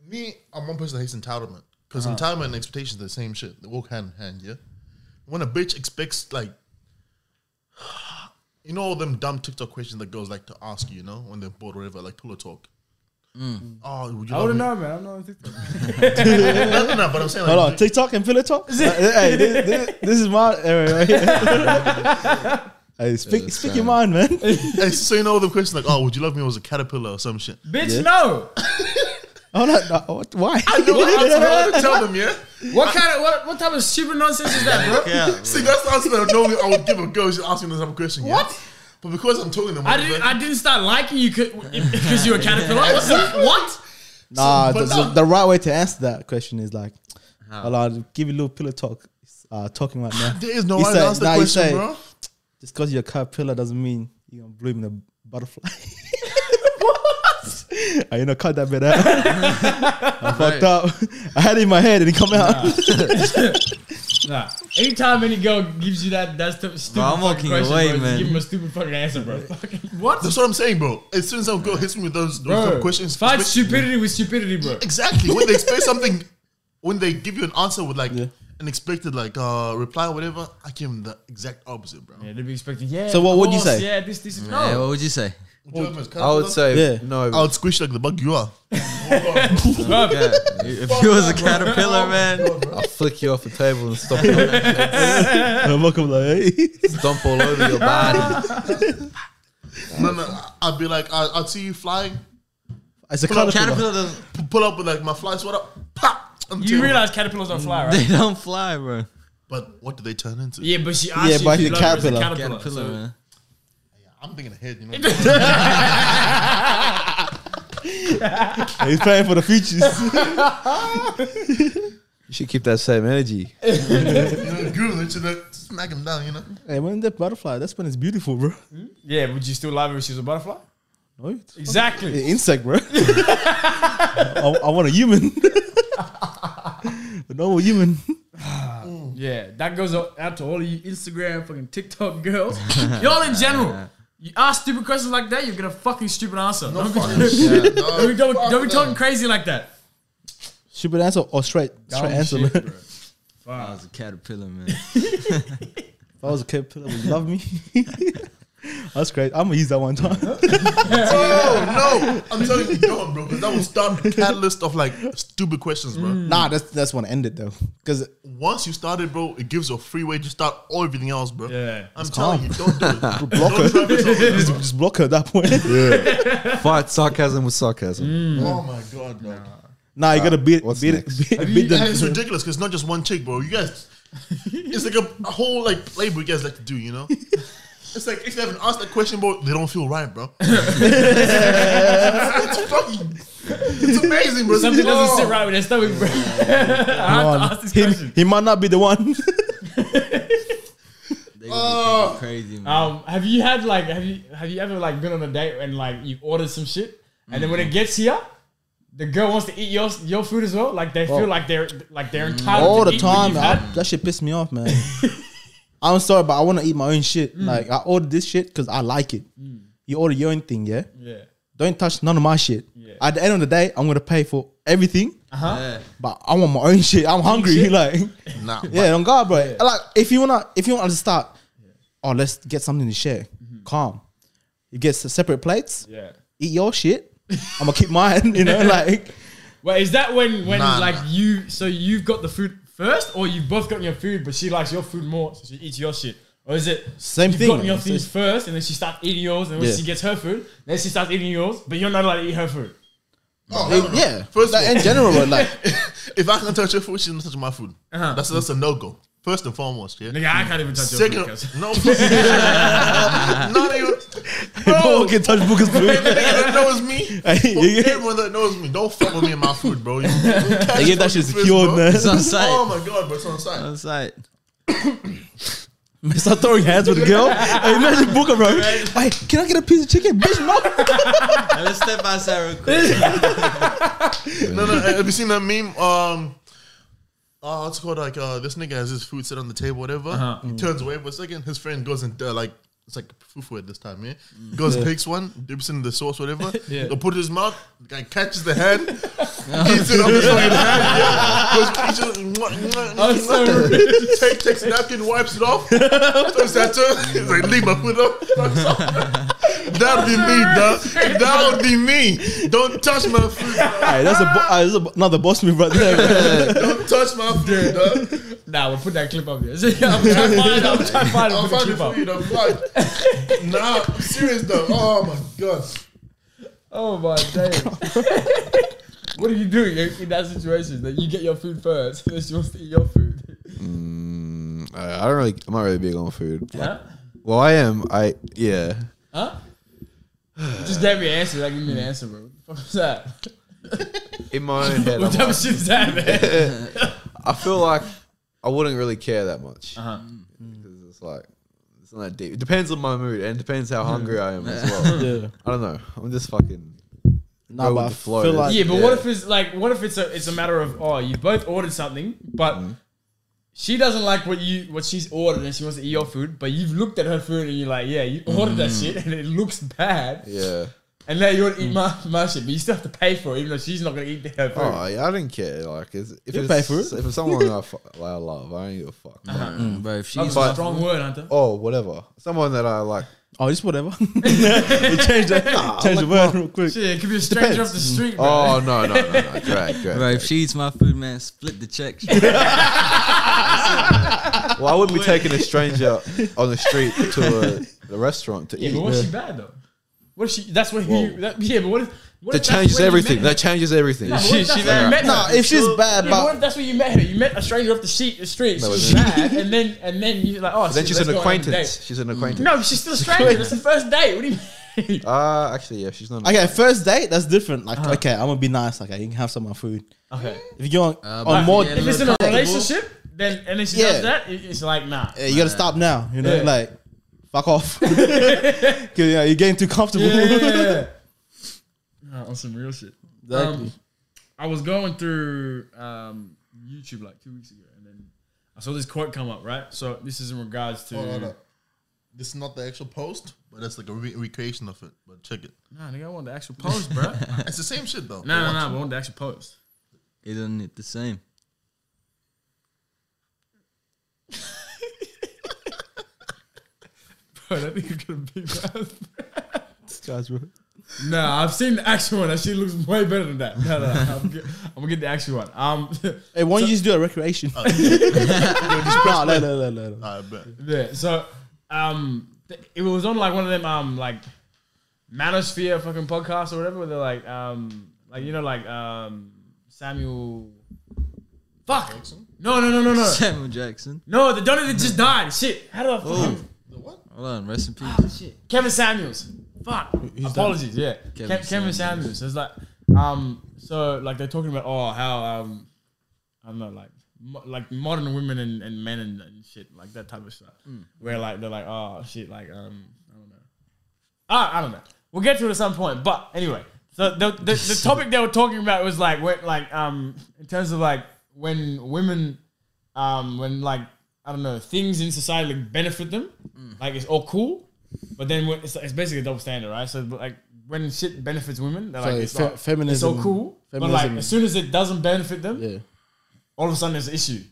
Me, I'm one person that hates entitlement because
Uh-huh.
entitlement and expectations are the same shit. They walk hand in hand. Yeah. When a bitch expects like. You know all them dumb TikTok questions that girls like to ask you, you know, when they're bored or whatever, like pillow talk.
Mm.
Oh, would you
I
love
wouldn't
me?
know, man. I'm not on TikTok.
No, no, no, but I'm saying like,
Hold
would
on,
you-
TikTok and pillow talk. hey, this, this, this is my area right here. hey, speak,
that's
speak
fine.
your mind, man.
Hey, so you know all the questions like, oh, would you love me as a caterpillar or some shit?
Bitch, no.
Hold on, no, what, why?
I know what answer I would tell them, yeah?
What kind of what, what type of stupid nonsense is that, bro?
See, that's the answer that I normally I would give a girl who's asking this type of question, yeah? What? But because I'm talking to them,
I didn't. I didn't start liking you because you're a caterpillar. What? the- what?
Nah,
but
the,
no.
the right way to answer that question is like, well, I'll give you a little pillow talk. Uh, talking right now.
there is no
You
right
say-
answer
nah,
to
you
question,
say-
bro.
Just because you're a caterpillar doesn't mean you're gonna bloom in a butterfly. what? I you know cut that bit out. I fucked up. I had it in my head and it come out.
Nah. Anytime any girl gives you that, that's stu- stupid.
I'm
fucking
walking
question,
away,
bro, just
man.
Give him a stupid fucking answer, bro. Fucking- what?
That's what I'm saying, bro. As soon as I've got hits me with those, those type of questions,
Fight
especially-
stupidity with stupidity, bro.
exactly when they explain something, when they give you an answer with like an expected like uh reply or whatever, I give them the exact opposite, bro.
Yeah, they'd be expecting. Yeah.
So what
of
would you
course,
say?
Yeah, this, this, is
Yeah,
no.
what would you say?
I would say
Yeah.
no.
I would squish like the bug you are.
Yeah, if you was a caterpillar, man,
I'll flick you off the table and stomp, all-
I'm like, hey.
stomp all over your body.
No, no, I- I'd be like, I, I'd see you flying,
It's a
Pull up,
caterpillar.
caterpillar doesn't,
p- pull up with like my fly sweater, pop. on the
You
table.
realize caterpillars don't fly, right?
they don't fly, bro.
but what do they turn into?
Yeah, but she asked
Yeah,
you
but
if you
he's a
love her as a
caterpillar.
caterpillar.
Caterpillar,
so-
man.
I'm thinking ahead, you know.
He's playing for the futures.
You should keep that same energy.
you know, Google it, you know, smack him down, you know.
hey, when that butterfly, that's when it's beautiful, bro.
Yeah, would you still love her if she was a butterfly?
No, it's an
Exactly.
insect, bro. I, I want a human. a normal human.
Yeah, that goes out to all of you Instagram fucking TikTok girls. Y'all in general. You ask stupid questions like that, you get a fucking stupid answer. Don't be- don't be- don't be- don't be talking crazy like that.
Stupid answer or straight, straight answer, man. If
I was a caterpillar, man.
I was a caterpillar, would you love me? that's great. I'm gonna use that one time.
Oh no, I'm telling you, don't, bro, because that will start a catalyst of like stupid questions, bro.
Mm.
nah, that's that's when I ended though, because
Once you started, bro, it gives you a free way to start all everything else, bro.
Yeah.
I'm telling you, don't do it.
block
Don't
her,
try this over there, bro.
just block her at that point.
Fight sarcasm with
Mm.
sarcasm.
oh my god, bro.
Nah, you gotta beat
what's
beat,
next?
beat, beat,
And
them.
it's ridiculous because not just one chick, bro. You guys, it's like a, a whole like playbook you guys like to do, you know. It's like if they haven't asked that question, bro, they don't feel right, bro. it's fucking, it's amazing, bro.
Something
Oh.
doesn't sit right with their stomach, bro. I have to ask this
He,
question.
he might not be the one.
They would
Oh.
be crazy, man.
Um, have you had like have you have you ever like been on a date and like you ordered some shit and then when it gets here, the girl wants to eat your your food as well. Like they feel like they're like they're entitled
all
to
the
eat what
time.
you've
I-
had.
that shit pissed me off, man. I'm sorry, but I want to eat my own
Mm.
shit. Like I ordered this shit because I like it. You order your own thing, yeah.
Yeah.
Don't touch none of my shit.
Yeah. Uh-huh.
At the end of the day, I'm gonna pay for everything,
Yeah.
but I want my own shit. I'm hungry,
shit.
like
Nah,
yeah, on God, bro. Like if you wanna, if you wanna start, oh, let's get something to share.
Mm-hmm.
Calm. You get s- separate plates.
Yeah.
Eat your shit. I'm gonna keep mine. You know, like
Well, is that when when
Nah,
like
nah.
you so you've got the food first, or you've both gotten your food, but she likes your food more, so she eats your shit, or is it
Same
you've
thing,
gotten your
man.
things first, and then she starts eating yours, and when
Yeah.
she gets her food, then she starts eating yours, but you're not allowed to eat her food.
yeah.
First of
like, in general, bro, like
if I can touch your food, she's not touching my food. That's that's a no go. First and foremost, yeah.
Uh-huh. Nigga, I can't even touch your
Second,
food. cuz.
no, not even,
no
bro.
Oh.
one can touch Booker's food.
Everyone that knows me,
Hey,
fuck
you-
everyone that knows me, don't fuck with me and my food, bro. You, you they
give that shit secured, man.
It's on site.
Oh my god, bro, it's on site.
on site.
Start throwing hands with the girl. Hey, imagine Booker, bro. Hey, can I get a piece of chicken? Bitch, no.
Hey, let's step outside real quick.
No, no. Have you seen that meme? Um, uh, what's it called like uh, this nigga has his food set on the table, whatever. He turns away for a second. His friend goes and uh, like it's like fufu at this time, Mm. yeah. Goes takes one, dips in the sauce, whatever. yeah. Put it in his mouth. The guy catches the hand, eats it on his fucking hand. Yeah. Goes catches, it, mwah, mwah, mwah, mwah. Take, takes a napkin, wipes it off. Throws that to. He's like, leave my food up. That'd be me, dog. That would be me. Don't touch my food. dog.
Hey, that's a, bo- uh, that's a another boss move right there. bro.
Don't touch my food, dog.
Nah, we'll put that clip up there. I'm trying to find it. I'm trying to find it.
I'll
Put
find it
the clip up.
for you, dog. Fuck. Nah, I'm serious, though. Oh my god.
Oh my days. what do you do in, in that situation? That you get your food first, and then she wants to eat your food.
Mm, I I don't really. I'm not really big on food. Like,
Huh?
Well, I am. I yeah.
Huh? You just gave me an answer. Like, give me an answer, bro. What the fuck was that?
In my own head,
What
I'm
type
like,
of shit is that, man?
I feel like I wouldn't really care that much
Uh-huh.
because it's like it's not that deep. It depends on my mood and it depends
Mm.
how hungry I am as well.
Yeah.
I don't know. I'm just fucking.
Nah,
Go
but
with
I
the flow,
feel
that's-
like
Yeah, but
Yeah.
what if it's like, what if it's a, it's a matter of, oh, you both ordered something, but
Mm-hmm.
she doesn't like what you, what she's ordered, and she wants to eat your food, but you've looked at her food and you're like, yeah, you ordered that shit, and it looks bad,
Mm-hmm. Yeah.
and now you want to eat my, my shit, but you still have to pay for it, even though she's not gonna eat her food.
Oh, yeah, I don't care. Like, it's, if
You
it's
pay for it.
if it's someone I, fu- I love, I don't give a fuck.
Uh-huh.
Mm, bro, if she's
That's
but-
a strong word, Hunter.
Oh, whatever. Someone that I like.
oh, just whatever. we changed the change the word real quick.
Shit, it could be a stranger off the street, bro.
Oh no, no, no, no. Great, great.
bro, if she eats my food, man, split the check. Bro,
Well, I wouldn't be taking a stranger on the street to a, a restaurant to
Yeah,
eat.
but what's she bad though? What if she? That's where you. That, yeah, but what if? What
That
if that's
changes
where you
everything. That
met her?
changes everything.
What if that's where you met her?
Nah, if she's bad,
Yeah, but what
but
if that's where you met her? You met a stranger off the sheet, the street. She
No,
was
but-
bad, and then and then you like, oh,
Then
shit,
she's
let's
an
go on another
acquaintance. She's an
date. Mm.
acquaintance.
No, she's still a stranger. That's the first date. What do you mean?
Ah, actually, yeah, she's not.
okay, Uh-huh. first date that's different. Like, okay, I'm gonna be nice. Like, you can have some of my food.
Okay.
If you on,
but
on more, yeah,
yeah,
Uh, If it's in a relationship, then and then she
Yeah.
does that, it- it's like nah.
you gotta stop now. You know,
Yeah.
like, fuck off. 'Cause, you know, you're getting too comfortable.
Nah, on some real shit.
Exactly.
Um, I was going through um, YouTube like two weeks ago, and then I saw this quote come up. Right, so this is in regards to.
Hold on, hold on. This is not the actual post, but that's like a re- recreation of it. But check it.
Nah, nigga, I want the actual post, bro. no,
It's the same shit though.
no, no, I want the actual post.
Isn't it the same?
Bro, that nigga gonna be bad.
Guys, bro.
Nah, I've seen the actual one. That shit looks way better than that. No, no, no I'm, get, I'm gonna get the actual one. Um,
Hey, why don't you just do a recreation?
Oh.
Nah, no, no, no, no, no.
I bet.
yeah, so um, th- it was on like one of them um like Manosphere fucking podcasts or whatever. Where they're like um like you know like um Samuel. Fuck. No, no, no, no, no.
Samuel Jackson.
No, the donor that just died. Shit. How do I fucking
Hold on, rest in peace.
Kevin Samuels. Fuck. Apologies. Yeah. Kevin, Kevin Samuels. It's like, um, so like they're talking about oh how um, I don't know like mo- like modern women and, and men and, and shit like that type of stuff.
Mm.
Where like they're like oh shit like um I don't know. Ah, I don't know. We'll get to it at some point. But anyway, so the the, the topic they were talking about was like when, like um in terms of like when women um when like I don't know things in society like benefit them
Mm.
like it's all cool, but then when, it's it's basically a double standard, right? So but, like when shit benefits women, they're like
So
it's
fe-
not,
feminism-
it's all cool. But
feminism-
like as soon as it doesn't benefit them,
Yeah.
all of a sudden there's an issue.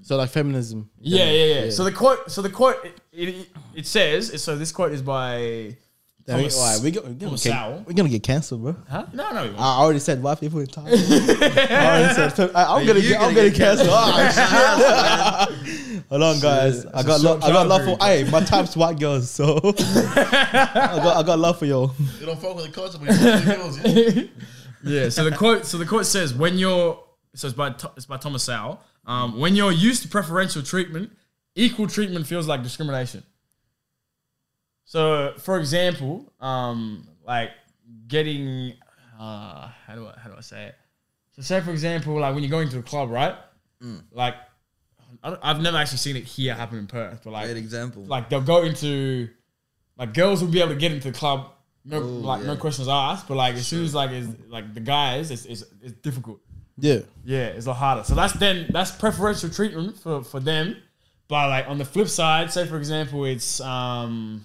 So like feminism.
Yeah, yeah, yeah. So the quote, so the quote, it, it, it says. So this quote is by
Damn, we,
Thomas-
alright, we go, we're, gonna
Thomas Sowell.
get, we're gonna get cancelled, bro.
huh? No, no, it won't.
I already said white people in time. I already said fem- I, I'm gonna
you
get, I'm
gonna
gonna
get
cancelled. Ah, shit. Hold on, guys. I got lo- I got love for. Hey, my type's white girls, so I got I got love for y'all.
You don't fuck with the culture, but you fuck with the girls. Yeah.
Yeah. So the quote. So the quote says, "When you're so it's by Tho- it's by Thomas Sowell. Um, when you're used to preferential treatment, equal treatment feels like discrimination. So, for example, um, like getting uh, how do I how do I say it? So, say for example, like when you're going to the club, right? Like, I don't, I've never actually seen it here happen in Perth, but like
Great example.
like they'll go into like girls will be able to get into the club no like no questions asked but like as soon as like is like the guys it's, it's it's difficult
Yeah,
yeah it's a lot harder so that's then that's preferential treatment for for them but like on the flip side say for example it's um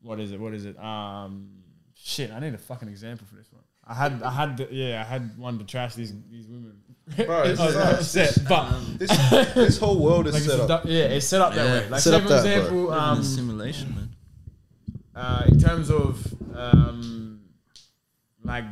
what is it what is it um shit I need a fucking example for this one I had I had the, yeah I had one to trash these these women
Bro, it's
I was
nuts.
upset, but
this, this whole world is
like it's
set up.
du- yeah it's set up that
Yeah.
way like
Set
say
up
for
that way.
example
Living in
um
simulation, man.
uh, in terms of um, like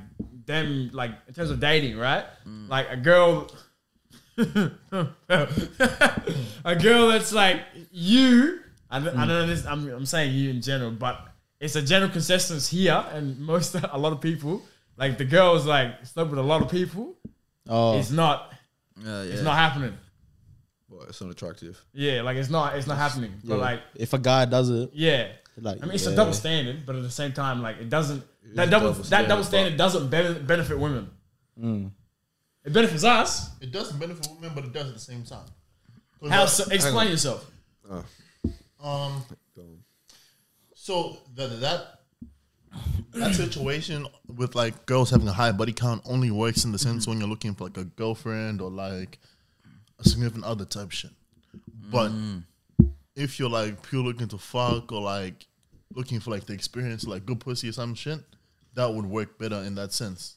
them, like in terms of dating, right? Like a girl, a girl that's like you. I, don't- I don't know this. I'm, I'm saying you in general, but it's a general consensus here, and most a lot of people like the girls like slept with a lot of people.
Oh.
It's not.
Oh, yeah.
It's not happening.
well, it's not attractive.
Yeah, like it's not it's not happening. But like
if a guy does it,
yeah.
like
I mean, it's
yeah.
a double standard, but at the same time, like it doesn't that
a
double,
double
that double standard
standard,
doesn't ben- benefit women.
Mm.
It benefits us.
It doesn't benefit women, but it does at the same time. 'Cause
How?
like,
So, explain yourself.
Um, so the, that that situation with like girls having a high body count only works in the sense when you're looking for like a girlfriend or like a significant other type shit. But if you're like pure looking to fuck or like looking for like the experience, like good pussy or some shit, that would work better in that sense.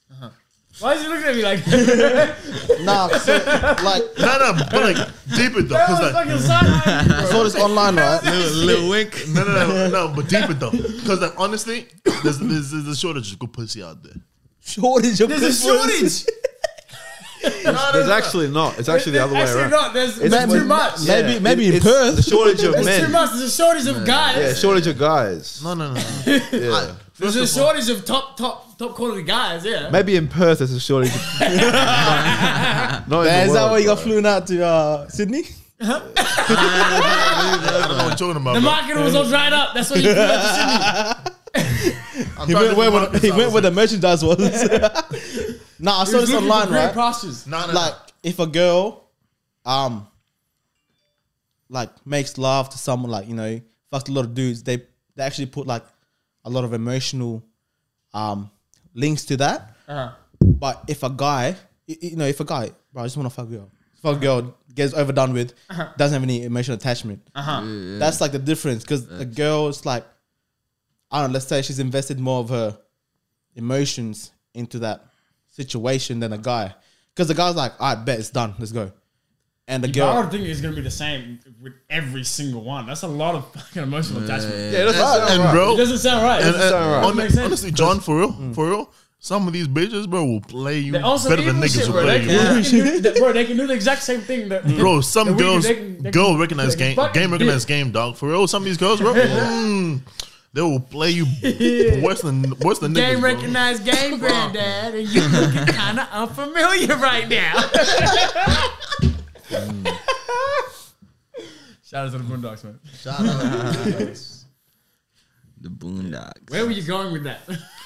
Why is he looking at me like that?
nah, so, like
no, no, but like deeper though,
that
because
was
like
fucking side
I saw this online, right?
Little, little wink.
No, no, no, no, no, but deeper though, because like honestly, there's, there's there's a shortage of good pussy out there.
Shortage of
There's a shortage.
There's actually not. It's actually the other way
Actually
around.
not. There's it's
Maybe-
too much.
Yeah,
Maybe, maybe in
it's
Perth.
The shortage of
There's too
men.
much. There's a shortage of guys.
Yeah, shortage of guys.
No, no, no, no.
Yeah.
There's a shortage of top, top, top quality guys. Yeah.
Maybe in Perth there's a shortage. Of not in
Is
the
that
world,
why you got
bro.
flown out to uh, Sydney?
I don't know what you're talking about.
the
bro.
market was all dried up. That's why you flew out to Sydney.
I'm trying
He went
to
where,
think about
he
this,
went where the merchandise was. nah, I saw this
It's looking for
online,
green
right?
pastures.
No, no,
like
no.
if a girl um like makes love to someone like you know fucked a lot of dudes they they actually put like a lot of emotional um links to that
Uh-huh.
but if a guy y- y- you know if a guy bro i just want to fuck a girl fuck a girl gets overdone with
Uh-huh.
doesn't have any emotional attachment that's like the difference because the girl's like i don't know let's say she's invested more of her emotions into that situation than a guy because the guy's like i bet it's done let's go and the
But I
girl
don't think it's gonna be the same with every single one. That's a lot of fucking emotional attachment.
Yeah, that's not
And
right.
bro,
It doesn't sound right.
and, and,
sound right.
hon-
Makes sense.
honestly, John, for real, for real, some of these bitches, bro, will play you
They also
better than
evil
niggas
shit,
will
bro.
play
They
you.
can- they can do- they- Bro, they can do the exact same thing that
Bro, some
They can-
girls,
they can- they
girl
can-
recognize
they can
game,
fucking
game recognize game, dog. For real, some of these girls, bro, mm, they will play you worse than worse than niggas.
Game
bro.
recognized game granddad, and you looking kind of unfamiliar right now. Shout out to the Boondocks, man.
The boondocks.
Where were you going with that?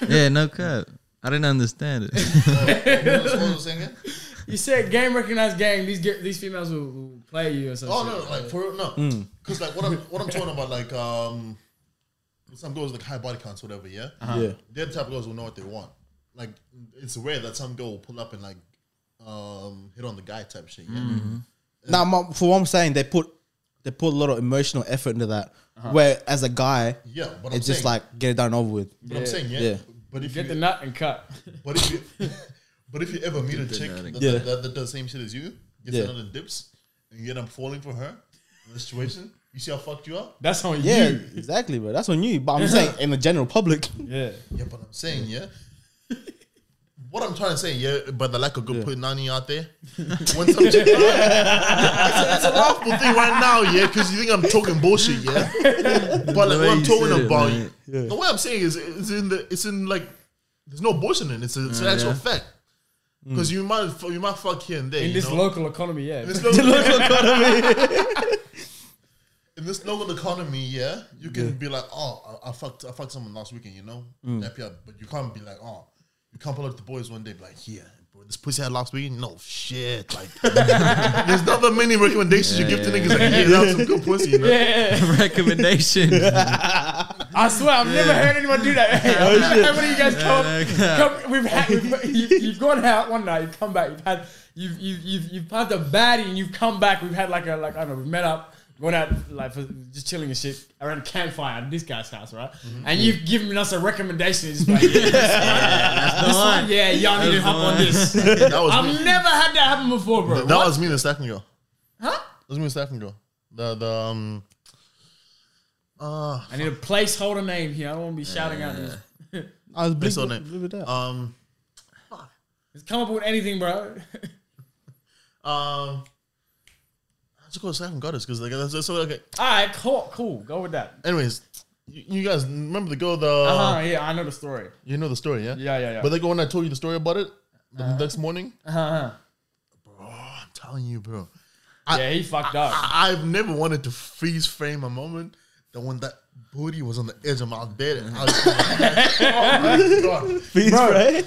Yeah, no cap. I didn't understand it.
You said game recognized game. These ge- these females will, will play you or something.
Oh no, like for real, no,
Hmm.
because like what I'm what I'm talking about, like um, some girls like high body counts, whatever. Yeah,
Uh-huh. yeah
they're the type of girls who know what they want. Like it's rare that some girl will pull up and like um hit on the guy type shit. Yeah,
Mm-hmm. Now, my, for what I'm saying, they put they put a lot of emotional effort into that. Where as a guy,
yeah, but I'm
it's just
saying-
like get it done and over with.
but I'm saying yeah,
yeah.
but if
Get the
you,
nut and cut.
but if you, but if you ever meet a chick that,
Yeah.
that, that, that does the same shit as you, gets
Yeah.
another dips, and yet I'm falling for her in the situation. You see how fucked you are?
That's on
Yeah,
you.
exactly, bro. That's on you. But I'm saying in the general public,
Yeah.
Yeah, but I'm saying, yeah. What I'm trying to say, yeah, but the lack of good putting nani out there. When some chick, it's, a, it's a laughable thing right now, yeah, because you think I'm talking bullshit, yeah. But like
way
what I'm
you
talking
said it,
about,
man.
the way I'm saying is, it's in the, it's in like, there's no bullshit in it. It's, a,
Mm,
it's an actual fact. Because you might, fu- you might fuck here and there.
In
you
this
know?
local economy, yeah.
In this local economy. In this local economy, yeah, Mm. you can be like, oh, I, I fucked, I fucked someone last weekend, you know, Happy up. but you can't be like, oh, you can't pull up the boys one day, be like, yeah, bro, this pussy I had last weekend, no shit, like, there's not that many recommendations you give to niggas, like, yeah, that was some good pussy, you know?
yeah.
Recommendation.
I swear, I've never heard anyone do that. How many of you guys come? come we've had, we've, you, you've gone out one night, you've come back, you've had, you've you've you've, you've had a baddie, and you've come back. We've had like a like I don't know, we've met up, gone out like for just chilling and shit around a campfire at this guy's house, right? And you've given us a recommendation. It's like, yeah, this one, yeah, y'all need to hop on this.
That was me.
I've never had that happen before, bro.
That was me and the second girl. Huh? That was me and the second girl. The the um, uh,
I need a placeholder name here. I don't want to be shouting out. This.
I was
what's
bleeped
her
with-
name?
bleeped it out.
Um,
Just come up with anything, bro.
um. I just call it second goddess because like that's, that's okay.
All right, cool, cool. Go with that.
Anyways, you, you guys remember the girl, the
Uh-huh, yeah, I know the story.
you know the story, yeah?
Yeah, yeah, yeah.
But the girl when I told you the story about it the next morning,
Uh-huh.
bro, I'm telling you, bro.
yeah, he fucked up.
I, I've never wanted to freeze frame a moment that when that booty was on the edge of my bed and I was oh my god.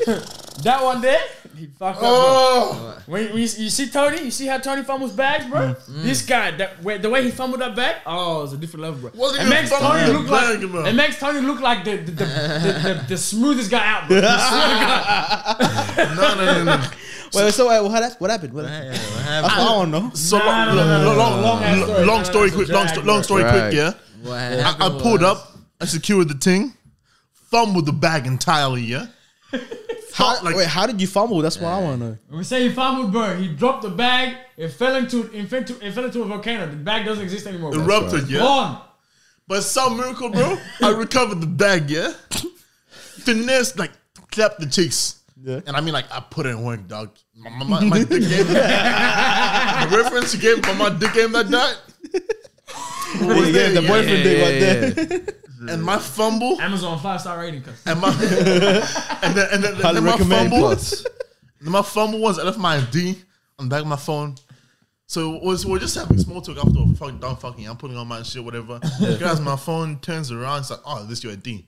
That one there, he fucked up.
Oh,
Bro. When, when you, you see Tony, you see how Tony fumbles bags, bro.
Mm.
This guy, that way, the way he fumbled that bag,
Uh.
oh, it's a different level, bro.
Wasn't
it
even
makes
fumbling
Tony
the
look like
bag, bro.
it makes Tony look like the the, the, the, the, the smoothest guy out, bro. The smoothest guy.
no, no, no, no.
Wait, so wait, what, hap- what happened? What happened?
happened?
I don't know.
So
Nah,
long,
nah, nah,
long, long,
nah, nah, nah, nah,
long,
nah,
long
nah,
story
nah,
quick.
nah,
Long,
nah,
sto-
nah,
long story
Right.
quick. Yeah,
What
I, I
happened
pulled
was-
up. I secured the thing. Fumbled the bag entirely. Yeah.
How,
Felt like
wait, how did you fumble? That's what I want to know.
When we say he fumbled, bro, he dropped the bag. It fell into it fell into, it fell into a volcano. The bag doesn't exist anymore. Bro.
erupted. Yeah.
Gone.
But some miracle, bro, I recovered the bag, yeah? Finesse, like, clap the cheeks. Yeah. And I mean, like, I put in work, dog. My, my, my, my dick game. the reference you gave for my dick game that night. was
Yeah,
there,
the
yeah.
boyfriend thing right there.
And my fumble.
Amazon five star rating. Cause
And my, and then, and then, and then my
recommend
fumble.
Plus,
Then my fumble was, I left my ID on the back of my phone. So it was, we we're just having small talk after a fucking done fucking. I'm putting on my shit, whatever. Guys, my phone turns around. It's like, oh, this your ID.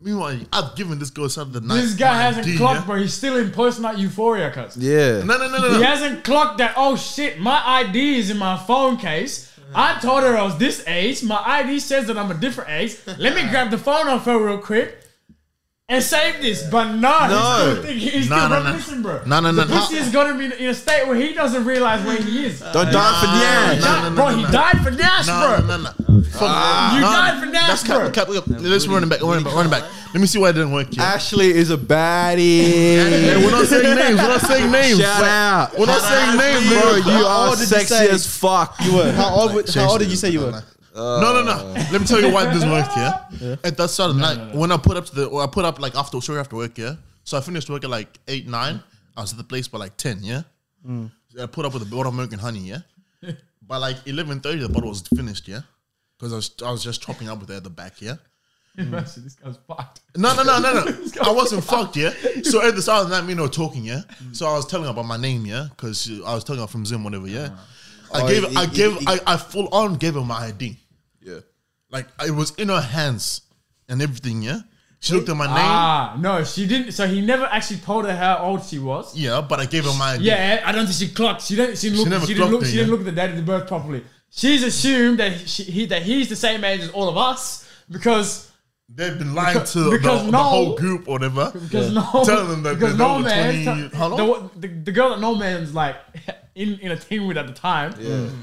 Meanwhile, I've given this girl something the night.
this guy
my
hasn't
ID,
clocked,
yeah?
bro. He's still in post night euphoria. Cause
yeah.
No, no, no, no,
He
no.
hasn't clocked that. Oh shit, my ID is in my phone case. I told her I was this age. My ID says that I'm a different age. Let me grab the phone off her real quick and save this. But no,
No.
he's still, thinking, he's
No, no,
still
no.
reminiscing, bro.
No, no, no. no.
Pussy is gonna be in a state where he doesn't realize where he is.
Don't die for the
no, no, no,
bro,
no,
he
no.
died for Nash,
No, no,
bro.
no, no. Fuck that.
You
No,
died for Nash,
That's
bro.
cap, cap, cap. Let's running back, running back, running back. Let me see why it didn't work. Yeah.
Ashley is a baddie.
Hey, we're not saying names. We're not saying names.
Shout out.
We're not saying names,
Bro,
bro.
you are
did you
sexy
say?
as fuck.
You were. How old, how old did you say you were?
No, no, no. Let me tell you why this worked, yeah? At that start of the night, when I put up to the, or I put up like after, shortly after work, yeah? So I finished work at like 8, 9. I was at the place by like 10, yeah? I put up with a bottle of milk and honey, yeah? by like 11.30, the bottle was finished, yeah? Because I was, I was just chopping up with her at the back, yeah?
Imagine, this guy's fucked.
No, no, no, no, no. I wasn't fucked, yeah? So at the start of the night, me and her were talking, yeah? So I was telling her about my name, yeah? Because I was telling her from Zim, whatever, yeah? I gave, I gave, I, I full on gave her my ID.
Yeah.
Like it was in her hands and everything, yeah? She looked at my name,
Ah, no, she didn't. So he never actually told her how old she was.
yeah, but I gave her my yeah.
Yeah, I don't think she clocked. She didn't. She, looked,
never
she, didn't
clocked
look.
it,
She didn't
yeah.
look at the date of the birth properly. She's assumed that she, he that he's the same age as all of us because
They've been lying
Because-
to the,
because
the
no-
whole group or whatever.
because no
Telling them that
because
they're
no
over
man
20 how long?
the, the, the girl that no man's like in in a team with at the time.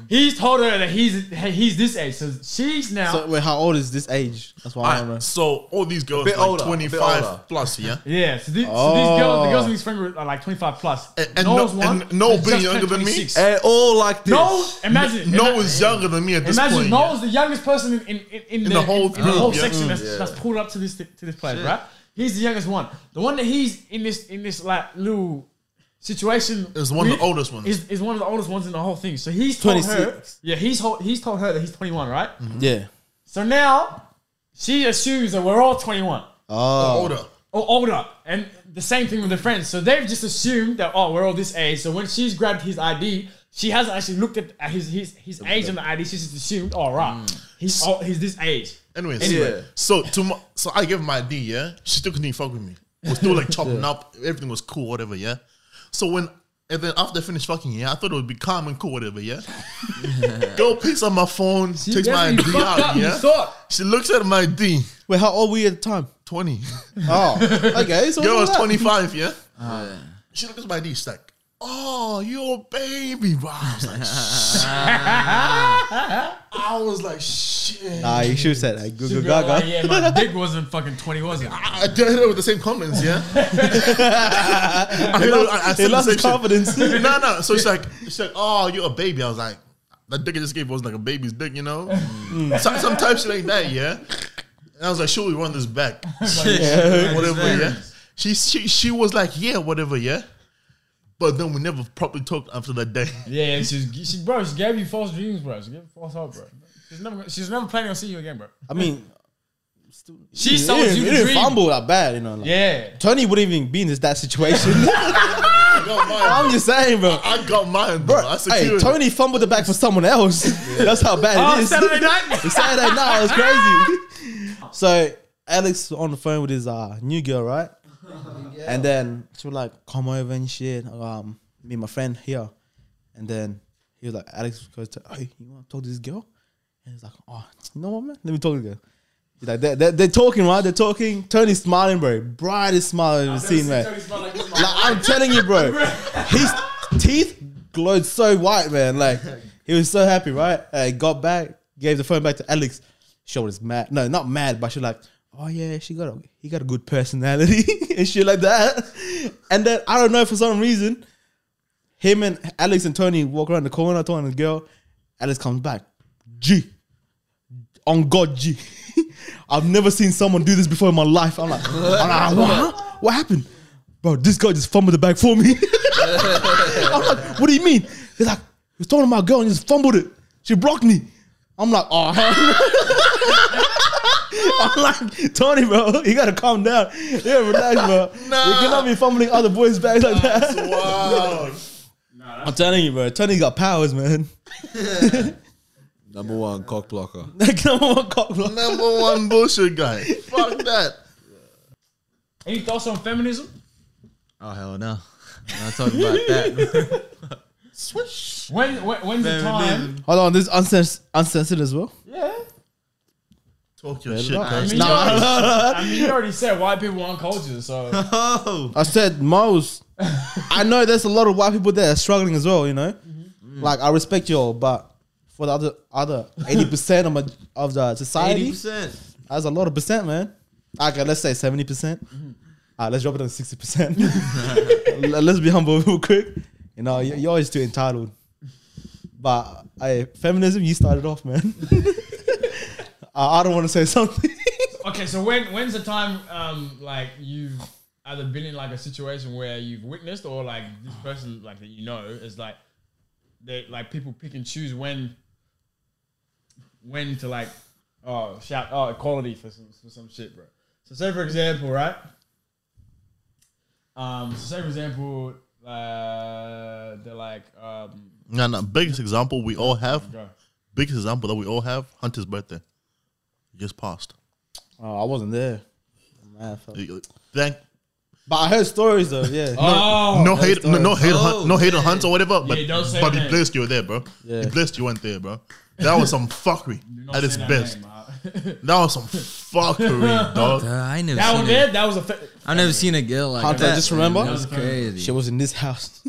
He's told her that he's he's this age, so she's now
So, wait, how old is this age? That's what I want to
Alright,
know.
so all these girls
bit
like
older, a bit older.
25 plus, yeah?
yeah. So, the, so these girls, the girls in this friend group are like twenty five plus.
And- and
Noel's
no-
one,
and Noel
has
being
just
younger
turned
than me?
26.
They're Eh, all like this.
Noel, imagine
No is younger than me at this
Imagine
point.
Noel
yeah.
was the youngest person in, in, in, in,
the whole
in, in the whole
group, yeah.
section that's, that's pulled up to this to this place, right? He's the youngest one. The one that he's in this in this like little situation
Is one of the
with
oldest ones.
Is, is one of the oldest ones in the whole thing. So he's told her,
26.
yeah, he's ho- he's told her that he's twenty one, right?
Yeah.
So now she assumes that we're all twenty one
older.
or older, Oh, and the same thing with the friends. So they've just assumed that oh, we're all this age. So when she's grabbed his ID, she hasn't actually looked at at his his, his age on the ID. She's just assumed, oh right, he's oh, he's this age.
Anyways,
Anyway.
anyway. so to my, so I gave her my D, yeah. She still couldn't even fuck with me. We're still like chopping up. Everything was cool, whatever, yeah. So when and then after I finished fucking, yeah, I thought it would be calm and cool, whatever, yeah. Girl picks up my phone, takes my
That's
D
what you fucked
out,
up, you
yeah.
thought.
She looks at my D,
Wait, how old were you at the time?
twenty.
Oh, okay. So
Girl
what's
was
that?
twenty five, yeah.
Ah.
She looks at my D, she's like, "Oh, you're a baby, bro." I was like, "Shit." I was like, "Shit."
Nah, you should have said that. Goo goo
You're like,
gaga.
yeah, my dick wasn't fucking twenty, was it?
I I did hit her with the same comments, yeah. I hit her, I, I
He
said the
lost
same
his
shit.
confidence.
No, no. So she's like, she's like, oh, you're a baby. I was like, that dick I just gave was like a baby's dick, you know.
Mm.
Some, some type shit like that, yeah. And I was like, sure, we run this back, whatever, yeah. She, she she was like, yeah, whatever, yeah. But then we never properly talked after that day.
Yeah, she's she, bro. She gave you false dreams, bro. She gave you false hope, bro. She's never gonna- she's never planning on seeing you again, bro.
I mean,
She
he
sold
didn't,
you
he
the
didn't
dream.
fumble that bad, you know. Like,
Yeah,
Tony wouldn't even be in this that situation.
got mine.
I'm just saying, bro.
I got mine, bro.
Bro,
I
hey,
secured. it.
Tony fumbled the bag for someone else. That's how bad it
Oh,
is.
Saturday night?
It's Saturday night. It was crazy. So Alex was on the phone with his uh, new girl, right? And then she was like, "Come over and shit." Um, me and my friend here, and then he was like, "Alex goes to, hey, you want to talk to this girl?" And he's like, "Oh, you know what, man? Let me talk to the girl." He's like, they're, they're, they're talking, right? They're talking. Tony's smiling, bro. Brightest smile I've ever seen, man. Like I'm telling you, bro, his teeth glowed so white, man. Like he was so happy, right? Uh, got back, gave the phone back to Alex. She was mad. No, not mad, but she like, oh yeah, she got a, he got a good personality and shit like that. And then I don't know for some reason, him and Alex and Tony walk around the corner talking to the girl. Alex comes back, G, on God, G. I've never seen someone do this before in my life. I'm like, I'm like, what? What happened? Bro, this guy just fumbled the bag for me. I'm like, what do you mean? He's like, he was talking to my girl and just fumbled it. She blocked me. I'm like, oh hell. no." I'm like, Tony, bro, you gotta calm down. Yeah, relax, bro. You cannot be fumbling other boys' bags like that.
Wow.
I'm telling you, bro. Tony got powers, man.
Number one cock blocker.
Like number one cock block.
Number one bullshit guy. Fuck that.
Any thoughts on feminism?
Oh hell no! I'm not talking about that.
When, when when's the time?
Hold on, this unsens- uncensored as well.
Yeah.
Talk your shit,
I
guys.
mean, you already, I mean, you already said white people want culture, so
I said most. I know there's a lot of white people there struggling as well. You know,
Mm-hmm.
like I respect you all, but for the other other eighty percent of my, of the society,
Eighty percent.
that's a lot of percent, man. Okay, let's say seventy percent. Ah, let's drop it down to sixty percent. Let's be humble real quick. You know, you- you're always too entitled. But hey, feminism, you started off, man. I I don't want to say something.
okay. So when when's the time? Um, like you've either been in like a situation where you've witnessed, or like this person like that you know is like they like people pick and choose when when to like oh shout oh equality for some for some shit, bro. So say for example, right? Um, so say for example, uh, they're like um,
No, no. Biggest example we all have.
go.
Biggest example that we all have. Hunter's birthday. Just passed.
Oh, I wasn't there. Man, I felt-
Thank.
but I heard stories though. Yeah.
Oh,
no hate, no, no hate, hunt, no hate on Hunter or whatever. But,
don't say
but
the
be
name.
blessed you were there, bro. Be blessed you weren't there, bro. That was some fuckery
not
at its
say that
best.
name, uh.
That was some fuckery,
Uh,
dog.
I ain't never.
that
seen
one
a-
there, that was a. Fa- Uh-huh.
I've never seen a girl like
Hunter,
that.
just
man.
remember-
that was crazy.
She was in this house.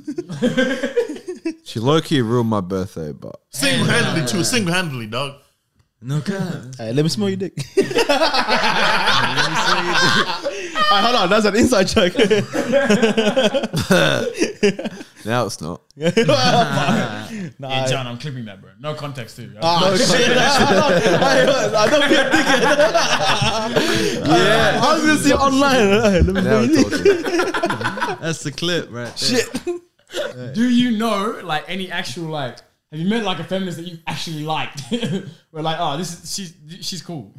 She low key ruined my birthday, but
Single handedly, too. Single handedly, dog.
no god.
hey, let me smell your dick. Alright, hold on, that's an inside joke.
now it's not.
nah,
yeah, John, I'm clipping that, bro. No context, too.
ah, shit. I, I don't be a dickhead. yeah, I was gonna see it online. Hey, let me smell
Now
your
it's
dick.
talking.
That's the clip, right? there.
Do you know, like, any actual, like, have you met, like, a feminist that you actually liked? We're like, oh, this is, she's, she's cool.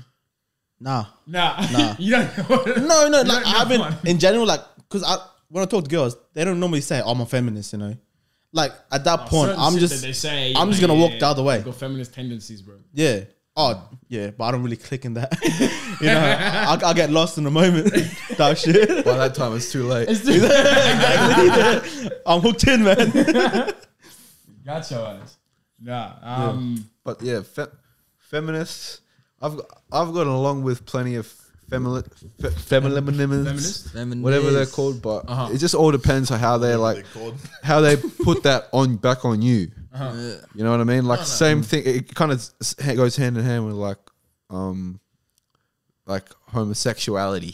Nah,
Nah. you don't know.
no, no. Like
You don't know
I've been
one.
in general, like, cause I when I talk to girls, they don't normally say "Oh, I'm a feminist. You know, like at that point,
Certain
I'm
shit
just
that they say,
I'm just
like,
gonna walk
yeah,
the other way.
You've got feminist tendencies, bro.
Yeah. Oh, yeah, but I don't really click in that. you know, I, I get lost in the moment. that shit.
By that time, it's too late.
I'm hooked in, man.
Gotcha, ass. Nah. Um,
But yeah, fe- feminists. I've I've gotten along with plenty of femili- fe- feminists,
Feminists?
Feminists.
whatever they're called. But
Uh-huh.
it just all depends on how they like how they put that on back on you.
Uh-huh.
You know what I mean? Like same thing. It kind of goes hand in hand with like um like homosexuality.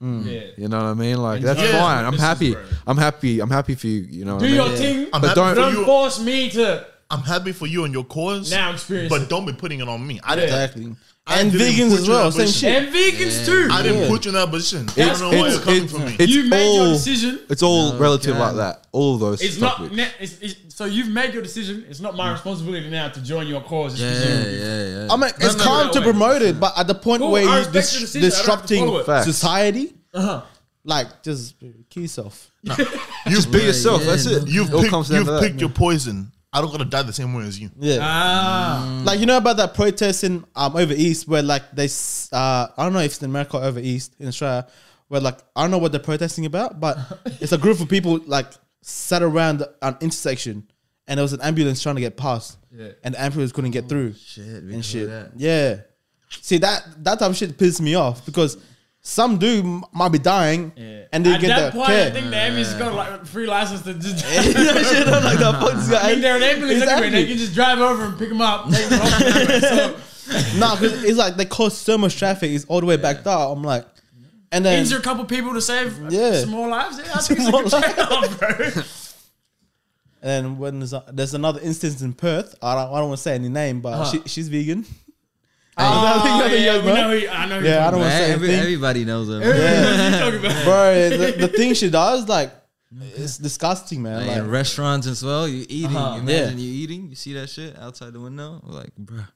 yeah.
You know what I mean? Like
And
that's
yeah,
fine. I'm
feminists,
happy.
bro.
I'm happy. I'm happy for you. You know. What
Do
I mean?
your thing.
I'm
But
happy
don't-
for
Don't
you.
force me to
I'm happy for you and your cause.
now experience
but
it.
don't be putting it on me. I didn't.
Exactly.
I
And
didn't
vegans
put
as
you in
well,
that
same
position.
shit.
And vegans, too.
I didn't put you in that position. I don't know where
it's-
you're coming
it's-
from. Me.
it's
you made
all-
your decision.
It's all relative
okay.
like that. All of those.
It's not.
topics.
Ne- it's, it's, so you've made your decision. It's not my responsibility now to join your cause. Just
Yeah,
because you-
yeah, yeah.
I mean, it's
no,
calm
no,
to
wait.
promote it, but at the point
Cool,
where
I
you're
respect
dis-
your decision, I don't have to
disrupting
follow it.
Facts.
society, Like, just kill yourself.
You've
Be
picked,
yourself. that's it.
you've
It all
picked,
comes down
you've
to that,
picked
man.
your poison. I don't gotta die the same way as you.
Yeah.
Ah,
Mm. Like you know about that protest in um over east where like they s- uh I don't know if it's in America or over east in Australia where like I don't know what they're protesting about, but it's a group of people like sat around an intersection and there was an ambulance trying to get past, yeah, and the ambulance couldn't
Oh,
get through
Shit, we
and
shit.
shit.
That.
Yeah, see that that type of shit pisses me off because some dude m- might be dying and they
At
get
that
that
point, I
care.
think the ambulance got like free license to just.
yeah, shit, I'm like the fuck's
I mean, they're an ambulance
Exactly.
anyway. They can just drive over and pick them up. take them home anyway, so
Nah, because it's like they cause so much traffic. It's all the way backed out. I'm like, and then
injure a couple people to save
Yeah.
some more lives. Yeah, I think it's a
more
good
lives.
trade-off, bro.
and then when there's, there's another instance in Perth. I don't, I don't want to say any name, but she, she's vegan. I think- I
Oh,
think you
Uh-huh. yeah,
guys
we
know.
know who- I know who
Yeah,
you're
I don't want to
Man,
say
every,
anything.
everybody knows that. man.
talking about.
Bro, the, the thing she does, like, it's disgusting, man.
Like, in
Like,
restaurants as well, you eating.
Uh-huh.
Imagine you eating. You see that shit outside the window. Like, bruh.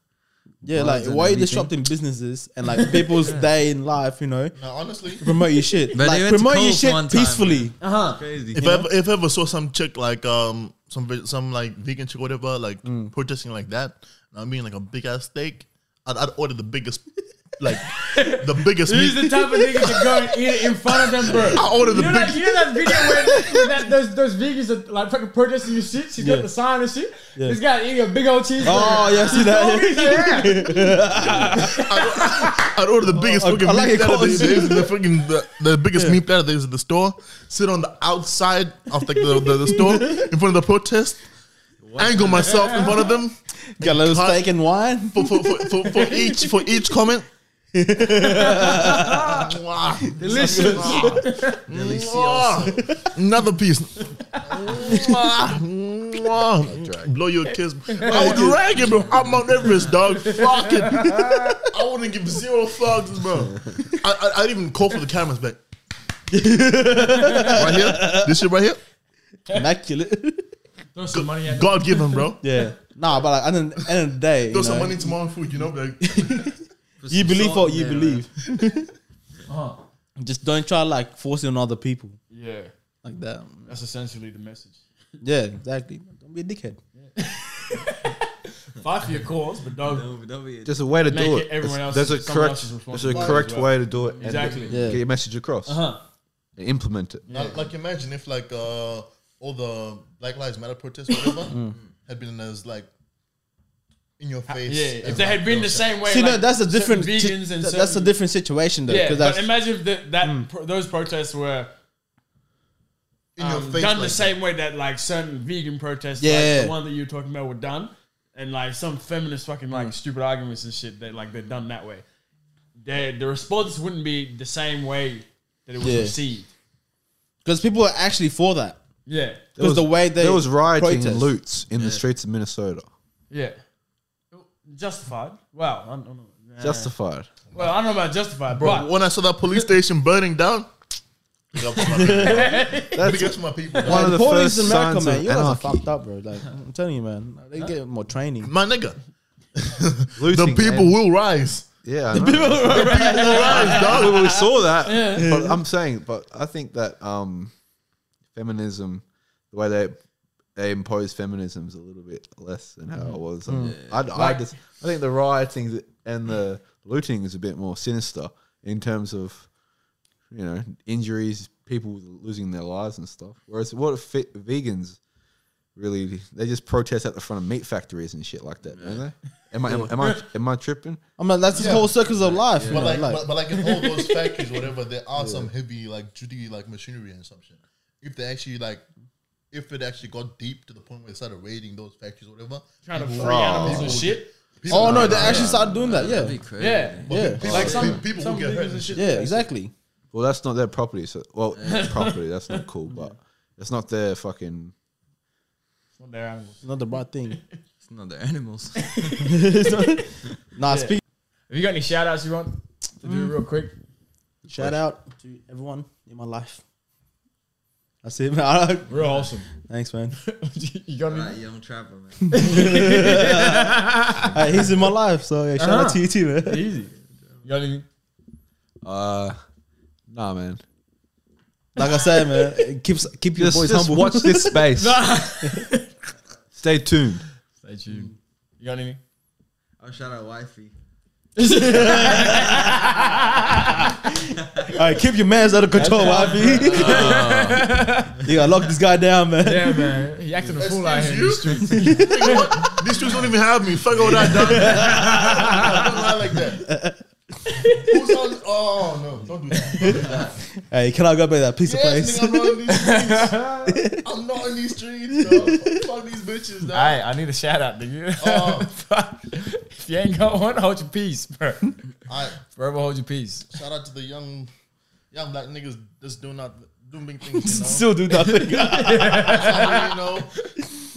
yeah, like,
bars and
why are you
everything.
disrupting businesses and, like, people's day in life, you know?
Now, honestly,
Promote your shit.
But
like,
they went to
promote your
Coles
shit
one time,
peacefully.
Uh-huh.
Crazy.
if ever if ever saw some chick like um some veg- some like vegan chick whatever like
Mm.
protesting like that, and I'm eating like a big ass steak, I'd, I'd order the biggest like the biggest
He's the
meat.
type of nigga to go and eat it in front of them, bro.
I order the
You know, that,
biggest.
you know that video where, where that, those, those vegans are like fucking protesting your shit? She's
Yeah.
got the sign and shit. This guy eating a big old cheeseburger.
Oh, yeah, I see that.
He's like, yeah.
I'd order
Oh,
the biggest fucking
I like
meat
it
platter
called-
there is in the fucking the, the biggest meat platter there is at the store. Sit on the outside of like the, the, the store in front of the protest. Angle myself in front of them
Got a little
Cut.
steak and wine.
for, for, for, for, for each for each comment. Mwah.
Delicious.
Mwah. Another piece. Mwah. Mwah. Blow your kiss. I would drag it, bro. I'm Mount Everest, dog. Fuck it. I wouldn't give zero fucks, bro. I, I, I'd even call for the cameras back. right here, this shit right here.
Immaculate.
Throw some money at
God given, bro.
yeah. Nah, but like, at the end of the day, you,
Throw some
know,
money tomorrow food, you know. Like,
you believe what you believe.
Uh-huh.
Just don't try, like, forcing on other people.
Yeah.
Like that.
That's essentially the message.
Yeah, exactly. Don't be a dickhead.
Fight for your cause, but don't.
There's a way to
Make
do
it
it.
everyone
There's-
else's-
there's a
someone
correct,
else's
there's a
responsibility
correct
as well.
way to do it. and
Exactly.
Yeah.
Get your message across.
Huh.
And implement it.
Now, like imagine if like uh, all the Black Lives Matter protests, whatever, had been as like in your
Ah, Yeah.
face.
If
as,
they
like,
had been the
those-
same way.
See, no,
like,
that's a
certain
different.
Vegans
th-
and
that's a
certain-
different situation, though.
Yeah,
because
but
that's Hmm.
imagine if that, that pro- those protests were
in your
um,
face,
done
like,
the same way that like certain vegan protests,
Yeah.
like the one that you were talking about, were done, and like some feminist fucking like
Mm.
stupid arguments and shit that like they're done that way. They, the response wouldn't be the same way that it was
Yeah.
received.
because people are actually for that.
Yeah,
There
Because the way they
there was rioting
protest.
and loots in the streets of Minnesota.
yeah, justified. Wow, I don't know. Nah.
Justified.
well, I don't know about justified,
bro,
but
when I saw that police station burning down, big up to my people. big up to my people.
One
Like,
of the
police
first
in America,
signs
man.
of
You guys are
anarchy.
fucked up, bro. Like I'm telling you, man. They get more training.
My nigga, the
Looting
people
and-
will rise.
Yeah, I know.
Rise,
we saw that. But I'm saying, but I think that um, feminism, the way they they impose feminism is a little bit less than how it was. Um, I, I just, I think the rioting and the looting is a bit more sinister in terms of, you know, injuries, people losing their lives and stuff. Whereas what if fit, vegans really, they just protest at the front of meat factories and shit like that, don't they? Am I, am, am I am I tripping?
I mean, that's the whole circles of life. you
But
know,
like,
like-
but, but like in all those factories, whatever, there are some heavy like duty like machinery and some shit. If they actually like, if it actually got deep to the point where they started raiding those factories, whatever,
trying to free
people-
animals and
people-
shit.
people-
oh no, they actually started doing that. Yeah,
That'd be crazy.
Yeah,
yeah,
people,
Like some-
people
some
will get hurt
vegans
and
and
shit.
yeah. Exactly.
Well, that's not their property. So, well, property. That's not cool, but it's not their fucking.
Well, they're animals.
It's not the right thing.
It's not the animals.
Nah, speak.
Have you got any shout outs you want to do real quick?
Shout out to everyone in my life. That's it, man. I don't-
Real awesome.
Thanks, man.
you got any?
Alright, young trapper, man.
Hey, he's in my life, so yeah, shout out
Uh-huh.
to you too, man.
Easy. You got anything?
Uh, nah, man.
Like I said, man, it keeps keep your
Just,
boys
just
humble.
watch this space. Stay tuned.
Stay tuned. You got anything?
I'll Oh, shout out wifey.
All right, keep your man's out of control, Ivy. you gotta lock this guy down, man.
Yeah, man. He acting a fool out here.
Excuse you? Nigga, what? These dudes don't even have me. Fuck all that dumb. don't lie like that. Who's on? Oh no! Don't do that.
Hey, can I go back to that piece
Yes,
of place?
nigga, I'm not on these streets. I'm not on these streets. No. Fuck these bitches. Nah.
Hey, I need a shout out, nigga.
Oh.
Fuck. if you ain't got one, hold your peace, bro.
All right.
Forever hold your peace.
Shout out to the young, young black niggas that's doing out doing big things. You know,
Still do nothing.
you know,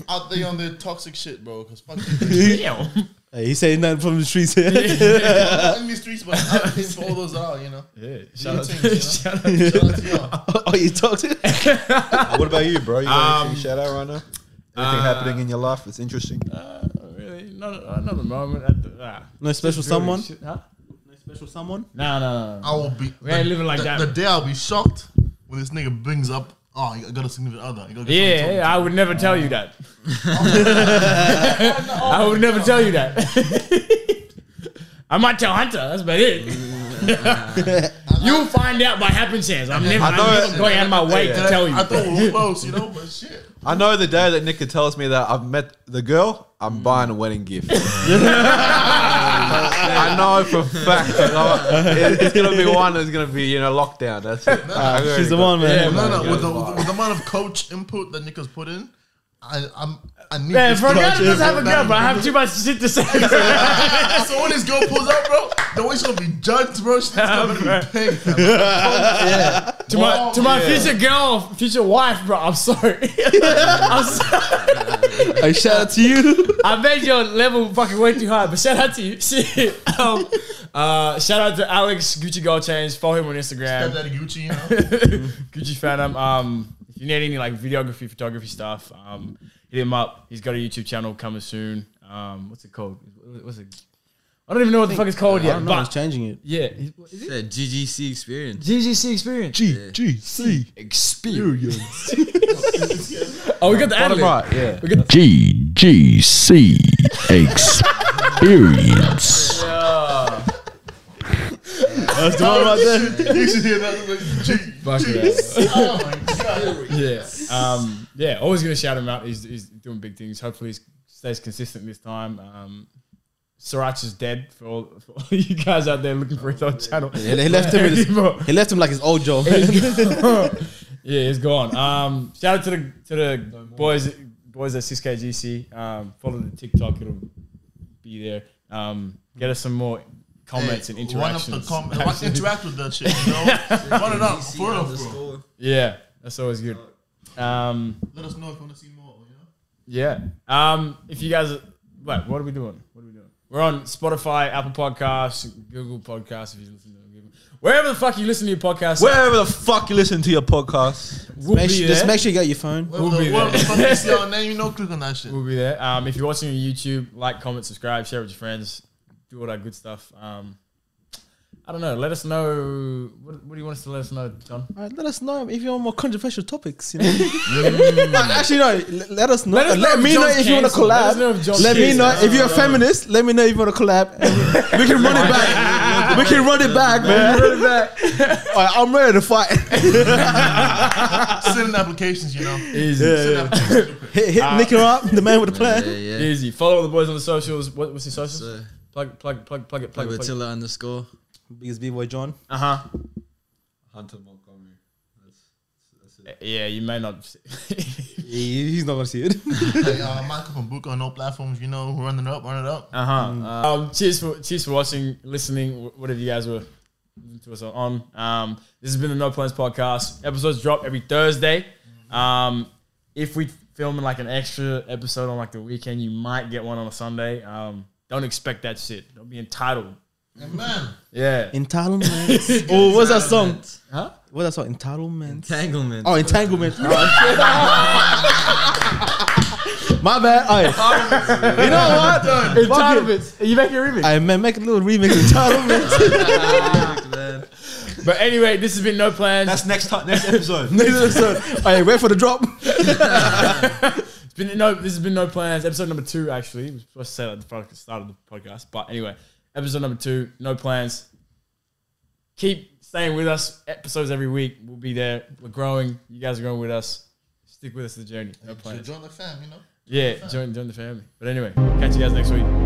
out there on their toxic shit, bro. Cause fuck you.
Damn.
hey, he's saying nothing from the streets here.
not in these streets, but out here for all those out. You know.
Yeah.
Shout out
Shout
to
out.
you, you know?
Shout out.
Shout out to y'all.
oh, you talked to
What about you, bro? You got
Um,
anything to shout out right now? Anything happening in your life that's interesting?
Uh, really? Not, uh, not a moment. At the, nah.
No special someone?
Shit, huh?
Special someone?
Nah, nah, nah.
I will be.
We ain't living like
the,
that.
The day I'll be shocked when this nigga brings up, oh, you got a significant other. You gotta get
Yeah,
someone
yeah, I would never tell you that. I would never tell you that. I might tell Hunter. That's about it. you find out by happenstance. I'm never, I'm
know
never
it.
going out of my way to
to
tell
talk
you.
to. I thought we were close, you know, but shit.
I know the day that Nika tells me that I've met the girl, I'm buying a wedding gift. I know for a fact. that I'm- it- It's gonna be one that's gonna be you know lockdown. That's it. I already
She's the
got-
one, man.
no, no, with the, with, the, with the amount of coach input that Nika's put in, I, I'm, I need
Man,
this
for a girl
coach
that doesn't have a
input.
girl, bro, I have too much shit to say. bro.
so when this girl pulls up, bro, the way she'll be judged, bro, she's gonna be paid. fam.
to my to my future girl, future wife, bro. I'm sorry. I'm sorry.
Hey, shout out to you.
I made your level fucking way too high, but shout out to you. Shit. Um, uh, shout out to Alex Gucci Gold Change. Follow him on
Got
Instagram.
that Gucci, you know.
Gucci Phantom. Um, if you need any like videography, photography stuff, um, hit him up. He's got a YouTube channel coming soon. Um, what's it called? What's it? I don't even know what the fuck it's called yet.
No, he's
But
changing it.
yeah,
Said GGC experience.
GGC experience.
G G C.
Experience. oh, we got the ad
Bottom
lib.
right, yeah.
We got the
GGC experience.
That's the one right there.
you should hear that. like, G, G. Oh my god.
yeah. Um, yeah. Always gonna shout him out. He's, he's doing big things. Hopefully, he stays consistent this time. Um, Sriracha's dead for all, for all you guys out there looking for his own channel.
Yeah, he left him. With his, he left him like his old job.
yeah, it's gone. Um, shout out to the to the boys boys at 6KGC. Um, follow the TikTok; it'll be there. Um, get us some more comments and
Run up
interactions.
the comment. Interact with that shit, you know. Run it up, for real, bro.
yeah, that's always good. Um,
Let us know if you want to see more. You know.
yeah. Um, if you guys, wait, what are we doing? What are we doing? We're on Spotify, Apple Podcasts, Google Podcasts. If you listen to Google, wherever the fuck you listen to your podcast,
Wherever the fuck you listen to your podcast,
we'll
Make
be
sure,
there.
just make sure you got your phone.
We'll the
be
world
there.
is fucking see our name, you know, click on that shit.
We'll be there. Um, if you're watching on YouTube, like, comment, subscribe, share with your friends, do all that good stuff. Um, I don't know. Let us know. What, what do you want us to let us know, John?
All right, let us know if you want more controversial topics. You know? No, actually, no. Let, let us know. Let,
Let us know if
me know
John's
if you want to
cancelled. Let us
collab.
know if
Let,
John's
me know
cancelled.
if you're a feminist. Let me know if you want to collab. And we can run it back. We can run it back, man. Run it back. All right, I'm ready to fight.
Send in applications, you know.
Easy.
Send applications.
hit hit Nick him up, the man with the
Yeah,
plan.
yeah.
Easy. Follow all the boys on the socials. What, what's your socials?
So,
plug, plug, plug, plug it, plug, it, plug it.
Plagatilla underscore.
Biggest b boy John.
Uh huh.
Hunter Montgomery.
Eh, Yeah, you may not.
He- he's not gonna see it.
Hey, uh, Michael from Book on all platforms, you know, run it up, run it up.
Uh huh.
Uh-huh.
Um, cheers for cheers for watching, listening, wh- whatever you guys were listening to us on. Um, this has been the No Plans podcast. Episodes drop every Thursday. Um, if we film like an extra episode on like the weekend, you might get one on a Sunday. Um, don't expect that shit. Don't be entitled.
Amen.
Yeah.
Entitlement. oh, what's that song?
Huh?
What's that song? Entitlement.
Entanglement.
Oh, entanglement. My bad. All right. You know what? Fuck it.
Entitlement. You make your remix.
I man, make a little remix of entitlement.
Fuck, man.
But anyway, this has been no plans.
That's next time, next episode.
Hey, wait for the drop.
it's been no. This has been no plans. Episode number two, actually, we were supposed to say that at the fucking start of the podcast. But anyway, episode number two, no plans. Keep staying with us. Episodes every week. We'll be there. We're growing. You guys are growing with us. Stick with us the journey. No
So
plans.
join the fam, you know.
Yeah, join join the family. But anyway, catch you guys next week.